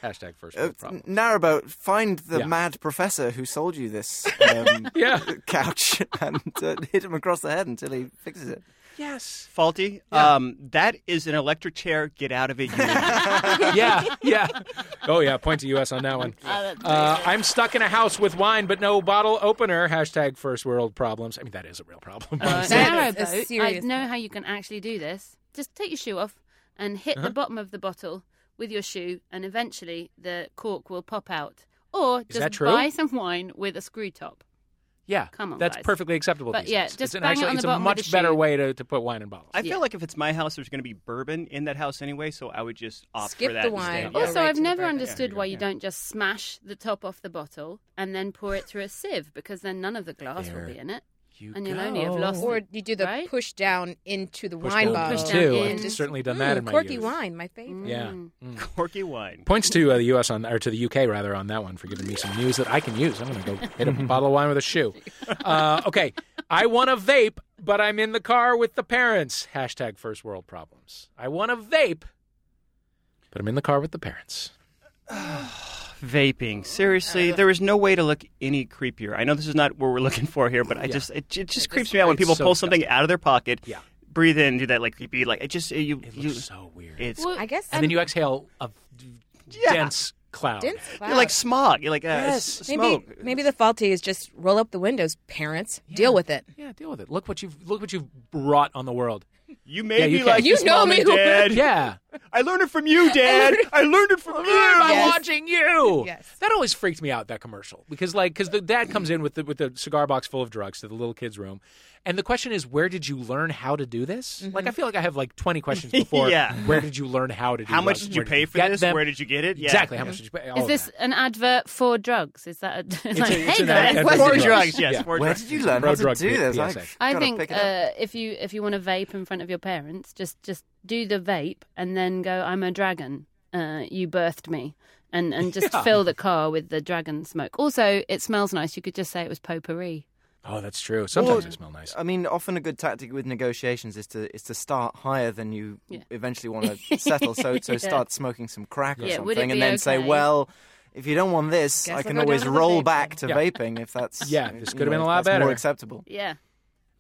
Speaker 7: Hashtag first
Speaker 5: Uh,
Speaker 7: world problem.
Speaker 5: Narrowboat, find the
Speaker 7: Yeah.
Speaker 5: mad professor who sold you this um,
Speaker 7: Yeah.
Speaker 5: couch and uh, hit him across the head until he fixes it.
Speaker 7: Yes.
Speaker 2: Faulty. Um, that is an electric chair. Get out of it. You
Speaker 7: Yeah, yeah. Oh, yeah. Point to U.S. on that one.
Speaker 4: Oh,
Speaker 7: Uh, I'm stuck in a house with wine but no bottle opener. Hashtag first world problems. I mean, that is a real problem.
Speaker 4: Narrow
Speaker 6: That is a
Speaker 4: boat, I
Speaker 6: serious
Speaker 4: know how you can actually do this. Just take your shoe off and hit
Speaker 7: Uh-huh.
Speaker 4: the bottom of the bottle with your shoe, and eventually the cork will pop out. Or just
Speaker 7: that true?
Speaker 4: buy some wine with a screw top.
Speaker 7: yeah,
Speaker 4: Come on,
Speaker 7: that's
Speaker 4: guys.
Speaker 7: perfectly acceptable.
Speaker 4: But
Speaker 7: these
Speaker 4: yeah,
Speaker 7: days.
Speaker 4: just
Speaker 7: it's an
Speaker 4: bang it
Speaker 7: actually,
Speaker 4: on the
Speaker 7: it's a
Speaker 4: bottom with
Speaker 7: much
Speaker 4: the
Speaker 7: better
Speaker 4: shoe.
Speaker 7: way to, to put wine in bottles.
Speaker 2: I feel
Speaker 4: Yeah.
Speaker 2: like if it's my house, there's going to be bourbon in that house anyway, so I would just opt
Speaker 6: Skip
Speaker 2: for that.
Speaker 6: the wine.
Speaker 2: instead.
Speaker 6: Yeah,
Speaker 4: Also,
Speaker 6: right
Speaker 4: I've
Speaker 6: to the
Speaker 4: never
Speaker 6: bottom.
Speaker 4: understood why you don't just smash the top off the bottle and then pour it through a sieve because then none of the glass will be in it. and you'll only have lost.
Speaker 6: Or
Speaker 4: the-
Speaker 6: you do the
Speaker 4: right?
Speaker 6: push down into the
Speaker 7: Push
Speaker 6: wine
Speaker 7: down
Speaker 6: bottle.
Speaker 4: Push
Speaker 7: too.
Speaker 4: down
Speaker 7: I've
Speaker 4: in.
Speaker 6: just-
Speaker 7: certainly done that
Speaker 6: Mm,
Speaker 7: in my
Speaker 6: Corky
Speaker 7: youth.
Speaker 6: wine, my
Speaker 4: Mm.
Speaker 6: favorite.
Speaker 7: Yeah.
Speaker 2: Mm. Corky wine.
Speaker 7: Points to uh, the U.S. on or to the U.K. rather on that one for giving me some news that I can use. I'm going to go hit a bottle of wine with a shoe. Uh, okay, I want a vape, but I'm in the car with the parents. Hashtag first world problems. I want a vape, but I'm in the car with the parents.
Speaker 2: Vaping. Seriously, there is no way to look any creepier. I know this is not what we're looking for here, but I just it, it just creeps me out when
Speaker 7: it's
Speaker 2: people
Speaker 7: so
Speaker 2: pull something out of their pocket,
Speaker 7: Yeah.
Speaker 2: breathe in, do that like creepy, like it just you
Speaker 7: It
Speaker 2: you.
Speaker 7: looks
Speaker 4: Oh,
Speaker 7: so weird.
Speaker 2: it's
Speaker 4: Well,
Speaker 6: I guess.
Speaker 7: Mm. and then you exhale a
Speaker 2: Yeah.
Speaker 7: dense cloud.
Speaker 6: Dense
Speaker 2: you're like smog. You're like uh,
Speaker 7: Yes.
Speaker 2: s-
Speaker 6: Maybe,
Speaker 2: smoke.
Speaker 6: maybe the faulty is just roll up the windows, parents. Deal with it.
Speaker 7: Yeah, deal with it. Look what you've look what you've brought on the world.
Speaker 2: you made
Speaker 7: Yeah, you
Speaker 2: me
Speaker 7: can-
Speaker 2: like
Speaker 6: You
Speaker 2: this,
Speaker 6: know
Speaker 2: Mom
Speaker 6: me.
Speaker 2: and Dad.
Speaker 7: Yeah.
Speaker 2: I learned it from you, Dad. I learned it from you.
Speaker 7: I'm
Speaker 6: Yes.
Speaker 7: watching you.
Speaker 6: Yes.
Speaker 7: That always freaked me out. That commercial because like because the dad comes in with the with the cigar box full of drugs to the little kid's room, and the question is where did you learn how to do this? Like I feel like I have like twenty questions before.
Speaker 2: Yeah.
Speaker 7: Where did you learn how to? do
Speaker 2: How much
Speaker 7: drugs?
Speaker 2: did you
Speaker 7: Where
Speaker 2: pay for
Speaker 7: get
Speaker 2: this?
Speaker 7: them?
Speaker 2: Where did you get it? Yeah.
Speaker 7: Exactly. How much did you pay? All
Speaker 4: Is
Speaker 7: of
Speaker 4: this
Speaker 7: that.
Speaker 4: an advert for drugs? Is that a, it's like,
Speaker 7: an- it's
Speaker 4: hey
Speaker 7: an
Speaker 4: guys,
Speaker 7: ad-
Speaker 2: Four
Speaker 7: Four drugs.
Speaker 2: drugs. Yes.
Speaker 7: Yeah.
Speaker 2: Four
Speaker 5: Where
Speaker 2: drugs.
Speaker 5: did you learn
Speaker 7: Road
Speaker 5: how to
Speaker 7: drug
Speaker 5: do
Speaker 7: P-
Speaker 5: this?
Speaker 7: PSA.
Speaker 4: I
Speaker 5: gotta
Speaker 4: think
Speaker 5: pick it
Speaker 4: uh,
Speaker 5: up.
Speaker 4: if you if you want to vape in front of your parents, just just do the vape and then go. I'm a dragon. Uh, you birthed me, and and just
Speaker 7: Yeah.
Speaker 4: fill the car with the dragon smoke. Also, it smells nice. You could just say it was potpourri.
Speaker 7: Oh, that's true. Sometimes
Speaker 5: Well,
Speaker 7: they smell nice.
Speaker 5: I mean, often a good tactic with negotiations is to is to start higher than you
Speaker 4: Yeah.
Speaker 5: eventually want to settle. So so
Speaker 4: Yeah.
Speaker 5: start smoking some crack or
Speaker 4: Yeah, would it
Speaker 5: something, and
Speaker 4: be
Speaker 5: then say,
Speaker 4: okay?
Speaker 5: well. If you don't want this,
Speaker 6: Guess
Speaker 5: I
Speaker 6: I'll
Speaker 5: can
Speaker 6: go down
Speaker 5: always
Speaker 6: to the
Speaker 5: roll
Speaker 6: vaping."
Speaker 5: back to
Speaker 7: Yeah.
Speaker 5: vaping if that's
Speaker 7: Yeah, this
Speaker 5: you
Speaker 7: could've been
Speaker 5: know,
Speaker 7: a
Speaker 5: if
Speaker 7: lot
Speaker 5: that's
Speaker 7: better.
Speaker 5: more acceptable.
Speaker 4: Yeah,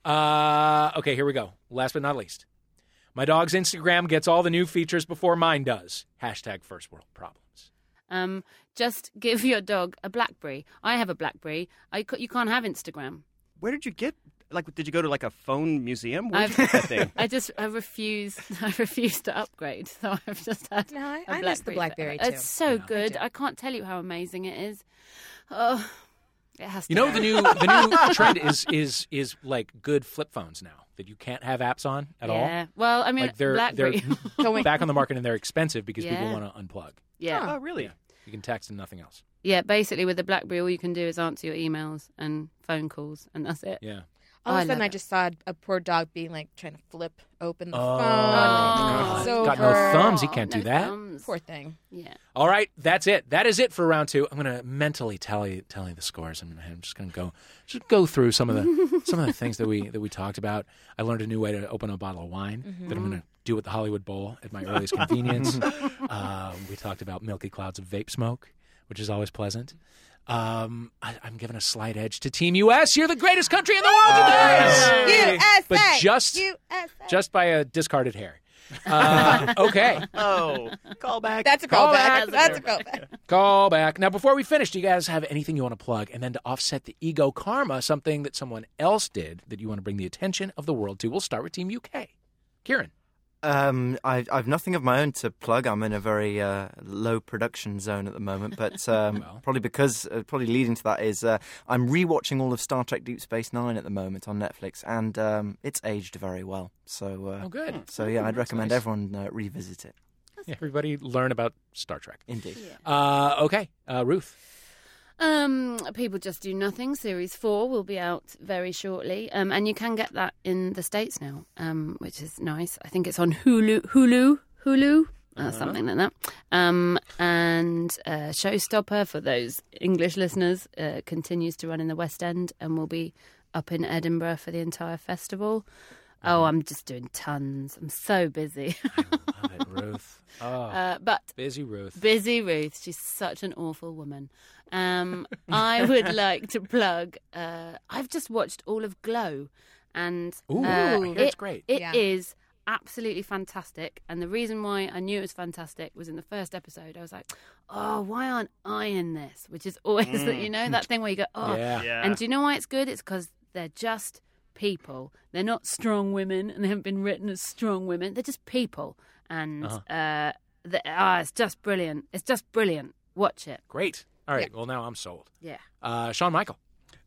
Speaker 7: Uh, okay, here we go. Last but not least, my dog's Instagram gets all the new features before mine does. Hashtag first world problems.
Speaker 4: um, just give your dog a blackberry. I have a blackberry. I c- you can't have Instagram.
Speaker 2: Where did you get? Like, did you go to like a phone museum? Where did you
Speaker 4: I've-
Speaker 2: get that thing?
Speaker 4: I just I refuse I refuse to upgrade. So I've just had
Speaker 6: No, I-
Speaker 4: a
Speaker 6: I miss the
Speaker 4: BlackBerry.
Speaker 6: BlackBerry, too.
Speaker 4: It's so good. I, can't tell you how amazing it is. Oh, it has to.
Speaker 7: You know
Speaker 4: go.
Speaker 7: the new the new trend is is is like good flip phones now that you can't have apps on at
Speaker 4: yeah. Well, I
Speaker 7: all.
Speaker 4: mean,
Speaker 7: Like they're
Speaker 4: BlackBerry.
Speaker 7: they're back on the market and they're expensive because people
Speaker 4: Yeah.
Speaker 7: want to unplug.
Speaker 4: yeah.
Speaker 2: Oh, really?
Speaker 7: You can text and nothing else.
Speaker 4: Yeah, basically with the BlackBerry, all you can do is answer your emails and phone calls, and that's it.
Speaker 7: Yeah.
Speaker 6: All of
Speaker 4: I
Speaker 6: a sudden,
Speaker 4: love
Speaker 6: I
Speaker 4: it.
Speaker 6: just saw a poor dog being like trying to flip open the
Speaker 7: Oh.
Speaker 6: phone.
Speaker 4: Oh,
Speaker 6: It's
Speaker 7: he's got no
Speaker 6: over.
Speaker 7: thumbs. He can't do that.
Speaker 4: thumbs.
Speaker 6: Poor thing.
Speaker 4: Yeah.
Speaker 7: All right, that's it. That is it for round two. I'm gonna mentally tally tally the scores in my head. I'm just gonna go just go through some of the some of the things that we that we talked about. I learned a new way to open a bottle of wine that I'm gonna do at the Hollywood Bowl at my earliest convenience. uh, we talked about milky clouds of vape smoke, which is always pleasant. Um, I, I'm giving a slight edge to Team US. You're the greatest country in the world today.
Speaker 6: USA.
Speaker 7: But just
Speaker 6: USA.
Speaker 7: just by a discarded hair. Uh, okay.
Speaker 2: Oh, call back.
Speaker 6: That's a
Speaker 7: Call
Speaker 6: callback.
Speaker 7: back.
Speaker 6: That's a callback.
Speaker 7: Call back. Now, before we finish, do you guys have anything you want to plug? And then to offset the ego karma, something that someone else did that you want to bring the attention of the world to, we'll start with Team UK. Kieran.
Speaker 5: Um, I, I've nothing of my own to plug. I'm in a very uh, low production zone at the moment, but um, probably because uh, probably leading to that is uh, I'm rewatching all of Star Trek: Deep Space Nine at the moment on Netflix, and um, it's aged very well. So, uh,
Speaker 7: Oh, good.
Speaker 5: so yeah, I'd recommend everyone uh, revisit it.
Speaker 7: Everybody learn about Star Trek.
Speaker 5: Indeed.
Speaker 7: Uh, okay, uh, Ruth.
Speaker 4: Um, People Just Do Nothing, Series 4, will be out very shortly. Um, and you can get that in the States now, um, which is nice. I think it's on Hulu. Hulu? Hulu? Uh, something like that. Um, and uh, Showstopper, for those English listeners, uh, continues to run in the West End and will be up in Edinburgh for the entire festival. Oh, I'm just doing tons. I'm so busy.
Speaker 7: Love it, Ruth. Oh,
Speaker 4: uh, but
Speaker 7: busy Ruth.
Speaker 4: Busy Ruth. She's such an awful woman. Um, I would like to plug. Uh, I've just watched all of Glow, and
Speaker 7: Ooh,
Speaker 4: uh,
Speaker 7: I hear it's great.
Speaker 4: It is
Speaker 6: Yeah.
Speaker 4: absolutely fantastic. And the reason why I knew it was fantastic was in the first episode. I was like, "Oh, why aren't I in this?" Which is always that you
Speaker 5: Mm.
Speaker 4: know that thing where you go, "Oh."
Speaker 7: Yeah.
Speaker 2: Yeah.
Speaker 4: And do you know why it's good? It's because they're just people. They're not strong women, and they haven't been written as strong women. They're just people, and uh
Speaker 5: Uh-huh.
Speaker 4: the, ah, it's just brilliant. It's just brilliant. Watch it.
Speaker 7: Great. All right. Well, now I'm sold.
Speaker 4: Yeah.
Speaker 7: Uh, Sean Michael.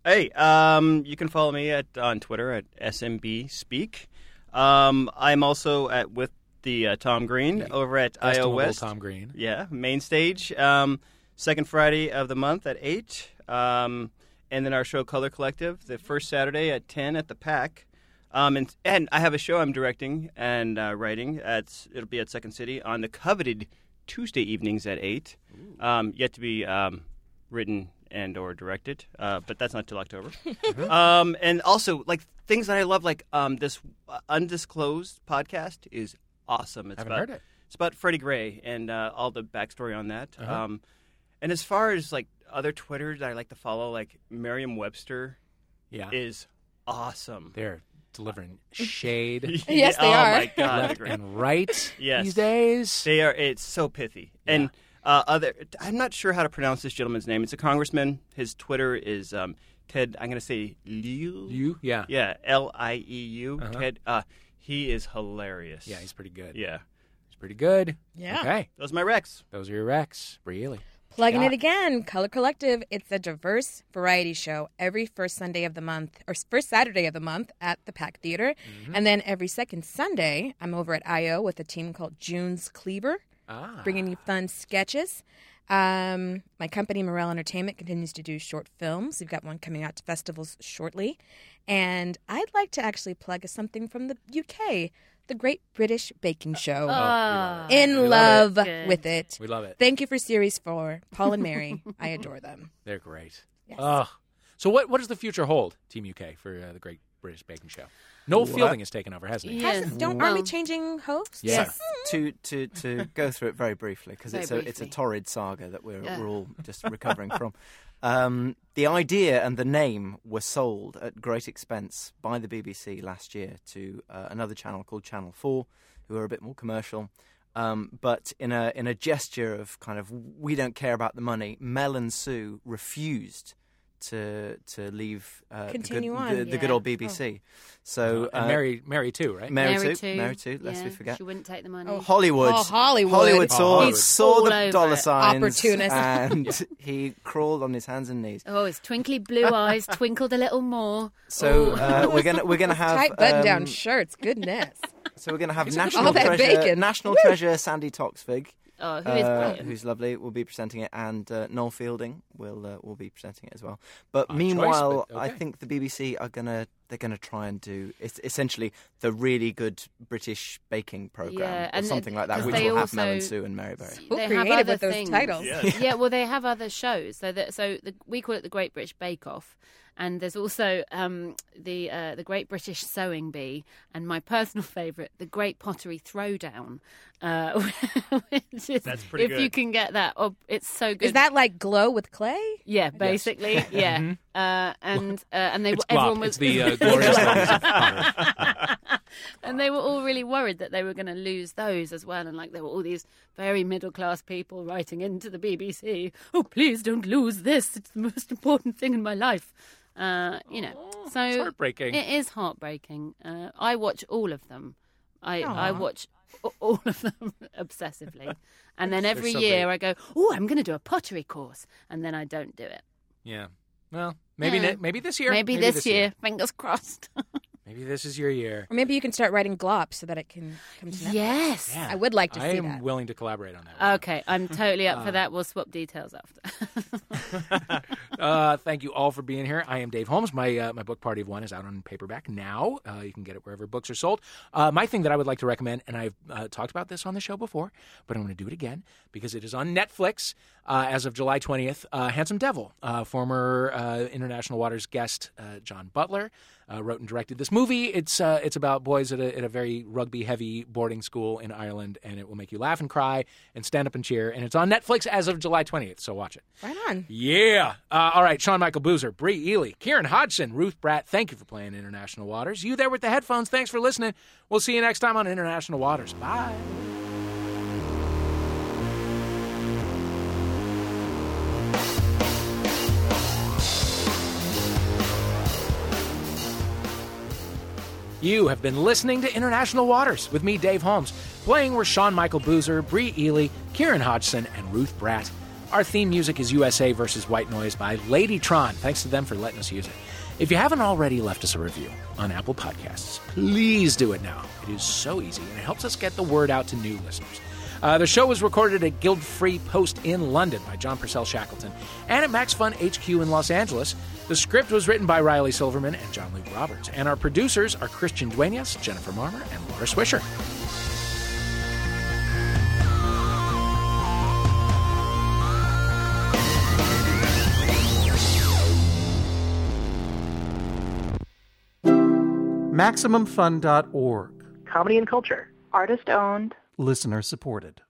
Speaker 2: Hey, um, you can follow me at on Twitter at SMB Speak. Um, I'm also at with the uh, Tom Green over at IO
Speaker 7: Estimable
Speaker 2: West.
Speaker 7: Tom Green.
Speaker 2: Yeah, main stage. Um, second Friday of the month at eight, um, and then our show Color Collective the first Saturday at ten at the Pack. Um, and and I have a show I'm directing and uh, writing. At it'll be at Second City on the coveted Tuesday evenings at eight. Um, yet to be um, written and or directed, uh, but that's not till October.
Speaker 7: Uh-huh.
Speaker 2: um, and also like things that I love, like um, this uh, undisclosed podcast is awesome. It's
Speaker 7: Haven't
Speaker 2: about,
Speaker 7: heard it.
Speaker 2: It's about Freddie Gray and uh, all the backstory on that.
Speaker 7: Uh-huh.
Speaker 2: Um, and as far as like other Twitters that I like to follow, like Merriam-Webster
Speaker 7: Yeah.
Speaker 2: is awesome.
Speaker 7: They're delivering shade
Speaker 6: Yes, they
Speaker 2: oh
Speaker 6: are.
Speaker 2: my god, they're
Speaker 7: left
Speaker 2: great.
Speaker 7: and right
Speaker 2: Yes.
Speaker 7: these days.
Speaker 2: They are. It's so pithy. And uh, other, I'm not sure how to pronounce this gentleman's name. It's a congressman. His Twitter is um, Ted. I'm going to say Liu.
Speaker 7: You? Yeah.
Speaker 2: Yeah, L I E U. Ted. Uh, he is hilarious.
Speaker 7: Uh-huh. Yeah, he's pretty good.
Speaker 2: yeah.
Speaker 7: He's pretty good.
Speaker 6: Yeah.
Speaker 7: Okay.
Speaker 2: Those are my Rex.
Speaker 7: Those are your recs. Really.
Speaker 6: Plugging
Speaker 7: Scott.
Speaker 6: it again, Color Collective. It's a diverse variety show every first Sunday of the month, or first Saturday of the month at the Pack Theater.
Speaker 7: Mm-hmm.
Speaker 6: And then every second Sunday, I'm over at IO with a team called June's Cleaver,
Speaker 7: Ah.
Speaker 6: bringing you fun sketches. Um, my company, Morel Entertainment, continues to do short films. We've got one coming out to festivals shortly. And I'd like to actually plug something from the UK The Great British Baking Show.
Speaker 5: Oh,
Speaker 4: Ah.
Speaker 6: In
Speaker 7: We love
Speaker 6: love
Speaker 7: it.
Speaker 4: Oh, Good.
Speaker 6: with it.
Speaker 7: We love it.
Speaker 6: Thank you for series four, Paul and Mary. I adore them.
Speaker 7: They're great. Ugh. So what what does the future hold, Team UK, for uh, the Great British Baking Show? Noel Fielding has taken over, hasn't he?
Speaker 4: Yeah.
Speaker 6: Hasn't- don't are
Speaker 4: Well,
Speaker 6: we changing hosts?
Speaker 7: Yeah.
Speaker 4: Yes.
Speaker 5: to to to go through it very briefly because
Speaker 4: Very
Speaker 5: it's a it's a
Speaker 4: briefly.
Speaker 5: torrid saga that we're
Speaker 4: Yeah.
Speaker 5: we're all just recovering from. Um, the idea and the name were sold at great expense by the BBC last year to uh, another channel called Channel Four, who are a bit more commercial. Um, but in a in a gesture of kind of we don't care about the money, Mel and Sue refused to to leave uh,
Speaker 6: Continue
Speaker 5: the, good,
Speaker 6: on,
Speaker 5: the, the good
Speaker 6: yeah.
Speaker 5: old BBC. So uh,
Speaker 7: and Mary Mary too, right?
Speaker 5: Mary,
Speaker 4: Mary
Speaker 5: too,
Speaker 4: too.
Speaker 5: Mary too. Lest we
Speaker 4: Yeah,
Speaker 5: forget.
Speaker 4: She wouldn't take the money.
Speaker 5: Hollywood.
Speaker 6: Oh, Hollywood.
Speaker 5: Hollywood saw,
Speaker 7: Hollywood.
Speaker 5: saw
Speaker 4: All over
Speaker 5: the dollar
Speaker 4: it.
Speaker 5: signs.
Speaker 6: Opportunist.
Speaker 5: And he crawled on his hands and knees.
Speaker 4: Oh, his twinkly blue eyes twinkled a little more.
Speaker 5: So uh, we're gonna we're gonna have
Speaker 6: Tight button Oh. down
Speaker 5: um,
Speaker 6: shirts. Goodness.
Speaker 5: So we're gonna have national
Speaker 6: all that
Speaker 5: treasure,
Speaker 6: bacon.
Speaker 5: national treasure Sandy Toxvig,
Speaker 4: Oh, who is
Speaker 5: uh,
Speaker 4: brilliant?
Speaker 5: who's lovely, will be presenting it, and uh, Noel Fielding will uh, will be presenting it as well. But meanwhile,
Speaker 7: but
Speaker 5: I
Speaker 7: okay.
Speaker 5: think the BBC are gonna they're gonna try and do it's essentially the really good British baking program
Speaker 4: Yeah,
Speaker 5: or
Speaker 4: and
Speaker 5: something like that,
Speaker 4: because
Speaker 5: which
Speaker 4: they
Speaker 5: will have Mel
Speaker 4: also-
Speaker 5: and Sue and Mary Berry.
Speaker 6: Who
Speaker 4: They have
Speaker 6: created
Speaker 4: other
Speaker 6: with those
Speaker 4: things.
Speaker 6: titles?
Speaker 4: yeah, well, they have other shows. So, that, so the, we call it the Great British Bake Off, and there's also um, the uh, the Great British Sewing Bee, and my personal favourite, the Great Pottery Throwdown. Uh, which is,
Speaker 2: That's pretty
Speaker 4: If you
Speaker 2: good.
Speaker 4: can get that, oh, it's so good.
Speaker 6: Is that like glow with clay?
Speaker 4: yeah, basically, yeah. Uh, and uh, and they
Speaker 7: It's
Speaker 4: everyone
Speaker 7: glop.
Speaker 4: was
Speaker 7: It's the uh, glorious ladies of Hollywood.
Speaker 4: and they were all really worried that they were going to lose those as well. And like there were all these very middle class people writing into the BBC, "Oh, please don't lose this. It's the most important thing in my life." Uh, you know, so
Speaker 7: it's heartbreaking.
Speaker 4: It is heartbreaking. Uh, I watch all of them. I I watch a- all of them obsessively. And then every
Speaker 7: so
Speaker 4: year
Speaker 7: great.
Speaker 4: I go, oh, I'm going to do a pottery course. And then I don't do it.
Speaker 7: Yeah. Well, maybe
Speaker 4: Yeah.
Speaker 7: ne- maybe this year.
Speaker 4: Maybe, this, year, fingers crossed.
Speaker 7: Maybe this is your year.
Speaker 6: Or maybe you can start writing glop so that it can come to Netflix.
Speaker 4: yes.
Speaker 7: Yeah.
Speaker 6: I would like to
Speaker 7: I
Speaker 6: see
Speaker 7: am
Speaker 6: that.
Speaker 7: willing to collaborate on that.
Speaker 4: Okay, I'm totally up for that. We'll swap details after.
Speaker 7: uh, thank you all for being here. I am Dave Holmes. My uh, my book Party of One is out on paperback now. Uh, you can get it wherever books are sold. Uh, my thing that I would like to recommend, and I've uh, talked about this on the show before, but I'm going to do it again because it is on Netflix uh, as of July 20th. Uh, Handsome Devil, uh, former uh, International Waters guest uh, John Butler, uh, wrote and directed this movie. It's uh, it's about boys at a, at a very rugby heavy boarding school in Ireland, and it will make you laugh and cry and stand up and cheer. And it's on Netflix as of July 20th. So watch it.
Speaker 6: Right on.
Speaker 7: Yeah. Uh, all right. Sean Michael Boozer, Bree Ely, Kieran Hodgson, Ruth Bratt, thank you for playing International Waters. You there with the headphones, thanks for listening. We'll see you next time on International Waters. Bye. You have been listening to International Waters with me, Dave Holmes. Playing were Sean Michael Boozer, Bree Ely, Kieran Hodgson, and Ruth Bratt. Our theme music is USA versus White Noise by Ladytron. Thanks to them for letting us use it. If you haven't already left us a review on Apple Podcasts, please do it now. It is so easy and it helps us get the word out to new listeners. Uh, the show was recorded at Guild Free Post in London by John Purcell Shackleton and at Max Fun HQ in Los Angeles. The script was written by Riley Silverman and John Lee Roberts, and our producers are Christian Duenas, Jennifer Marmer, and Laura Swisher.
Speaker 11: MaximumFun.org.
Speaker 12: comedy and culture. Artist owned.
Speaker 11: Listener supported.